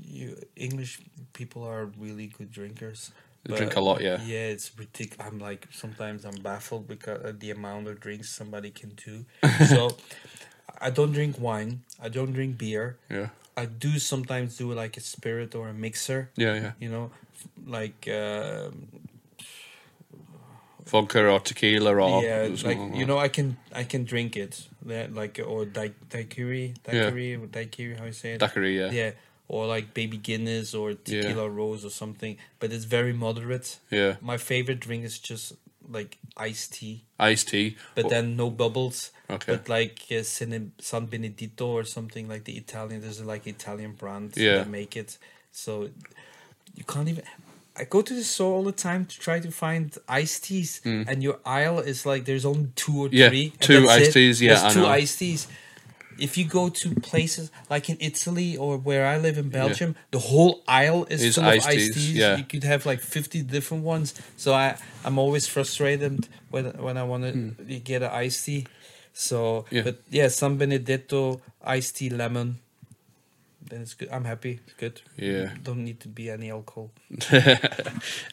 you English people are really good drinkers. They drink a lot, yeah. Yeah, it's ridiculous. I'm like sometimes I'm baffled because at the amount of drinks somebody can do. so, I don't drink wine. I don't drink beer. Yeah, I do sometimes do like a spirit or a mixer. yeah, yeah. You know, like uh, Vodka or tequila or yeah, like something you that. know, I can I can drink it, that like or da- daiquiri, daiquiri, or daiquiri, how you say it? daiquiri. Yeah, Yeah, or like baby Guinness or tequila rose or something, but it's very moderate. Yeah. My favorite drink is just like iced tea, iced tea. but Wh- then no bubbles. Okay. But like uh, Sine- San Benedetto or something like the Italian. There's like Italian brands Yeah. that make it, so you can't even. I go to the store all the time to try to find iced teas, and your aisle is like there's only two or Mm. Yeah, three. and two that's iced it. teas, yeah, There's I two know. iced teas. If you go to places like in Italy or where I live in Belgium, the whole aisle is, Is full iced of iced teas, teas. yeah. You could have like fifty different ones. So I, I'm always frustrated when when I want to get an iced tea. So, Hmm. Yeah. but yeah, San Benedetto iced tea lemon. Then it's good. I'm happy. It's good. Yeah. Don't need to be any alcohol.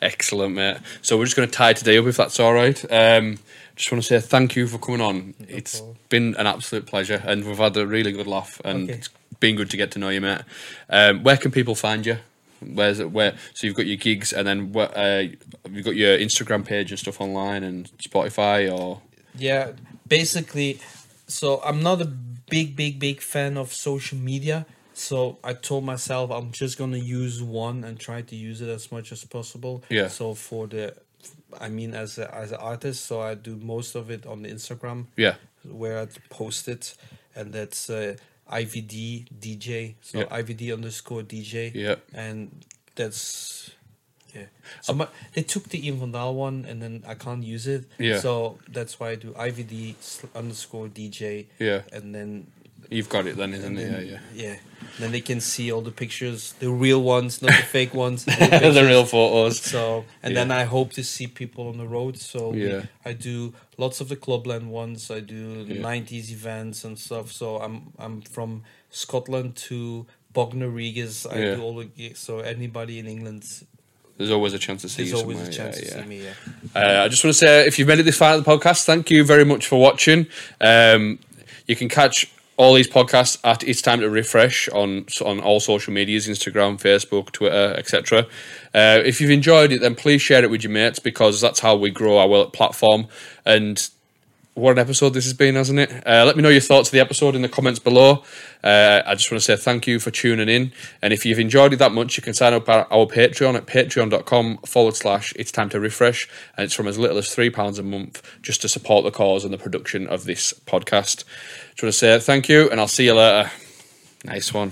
Excellent, mate. So we're just going to tie today up, if that's all right. Um, just want to say thank you for coming on. It's problem. been an absolute pleasure, and we've had a really good laugh, and Okay. it's been good to get to know you, mate. Um, where can people find you? Where's it? Where? So you've got your gigs, and then what? Uh, you've got your Instagram page and stuff online, and Spotify, or yeah basically so i'm not a big big big fan of social media so i told myself i'm just gonna use one and try to use it as much as possible Yeah. so for the i mean as a, as an artist so i do most of it on the instagram yeah, where I post it, and that's uh, IVD DJ. So Yeah. IVD underscore DJ. Yeah. And that's yeah. So my, they took the Ian Van Dahl one, and then I can't use it. Yeah. So that's why I do IVD sl- underscore DJ. Yeah. And then You've got it then, isn't it? Yeah, Mm, Yeah. Then they can see all the pictures, the real ones, not the fake ones. the real yeah. the pictures. real photos. So, and Yeah. then I hope to see people on the road. So we- Yeah. I do lots of the clubland ones. I do Yeah. '90s events and stuff. So I'm I'm from Scotland to Bognor Regis. I Yeah. do all the so anybody in England There's always a chance to see there's you always somewhere, a chance yeah, to yeah. see me. Yeah. Uh, I just want to say, if you've made it this far in the podcast, thank you very much for watching. Um, you can catch all these podcasts at It's Time to Refresh on on all social medias Instagram, Facebook, Twitter, etc. Uh, if you've enjoyed it, then please share it with your mates because that's how we grow our Well platform. And what an episode this has been, hasn't it? Uh, let me know your thoughts of the episode in the comments below. Uh, I just want to say thank you for tuning in. And if you've enjoyed it that much, you can sign up at our Patreon at patreon.com forward slash it's time to refresh. And it's from as little as £3 a month just to support the cause and the production of this podcast. Just want to say thank you, and I'll see you later. Nice one.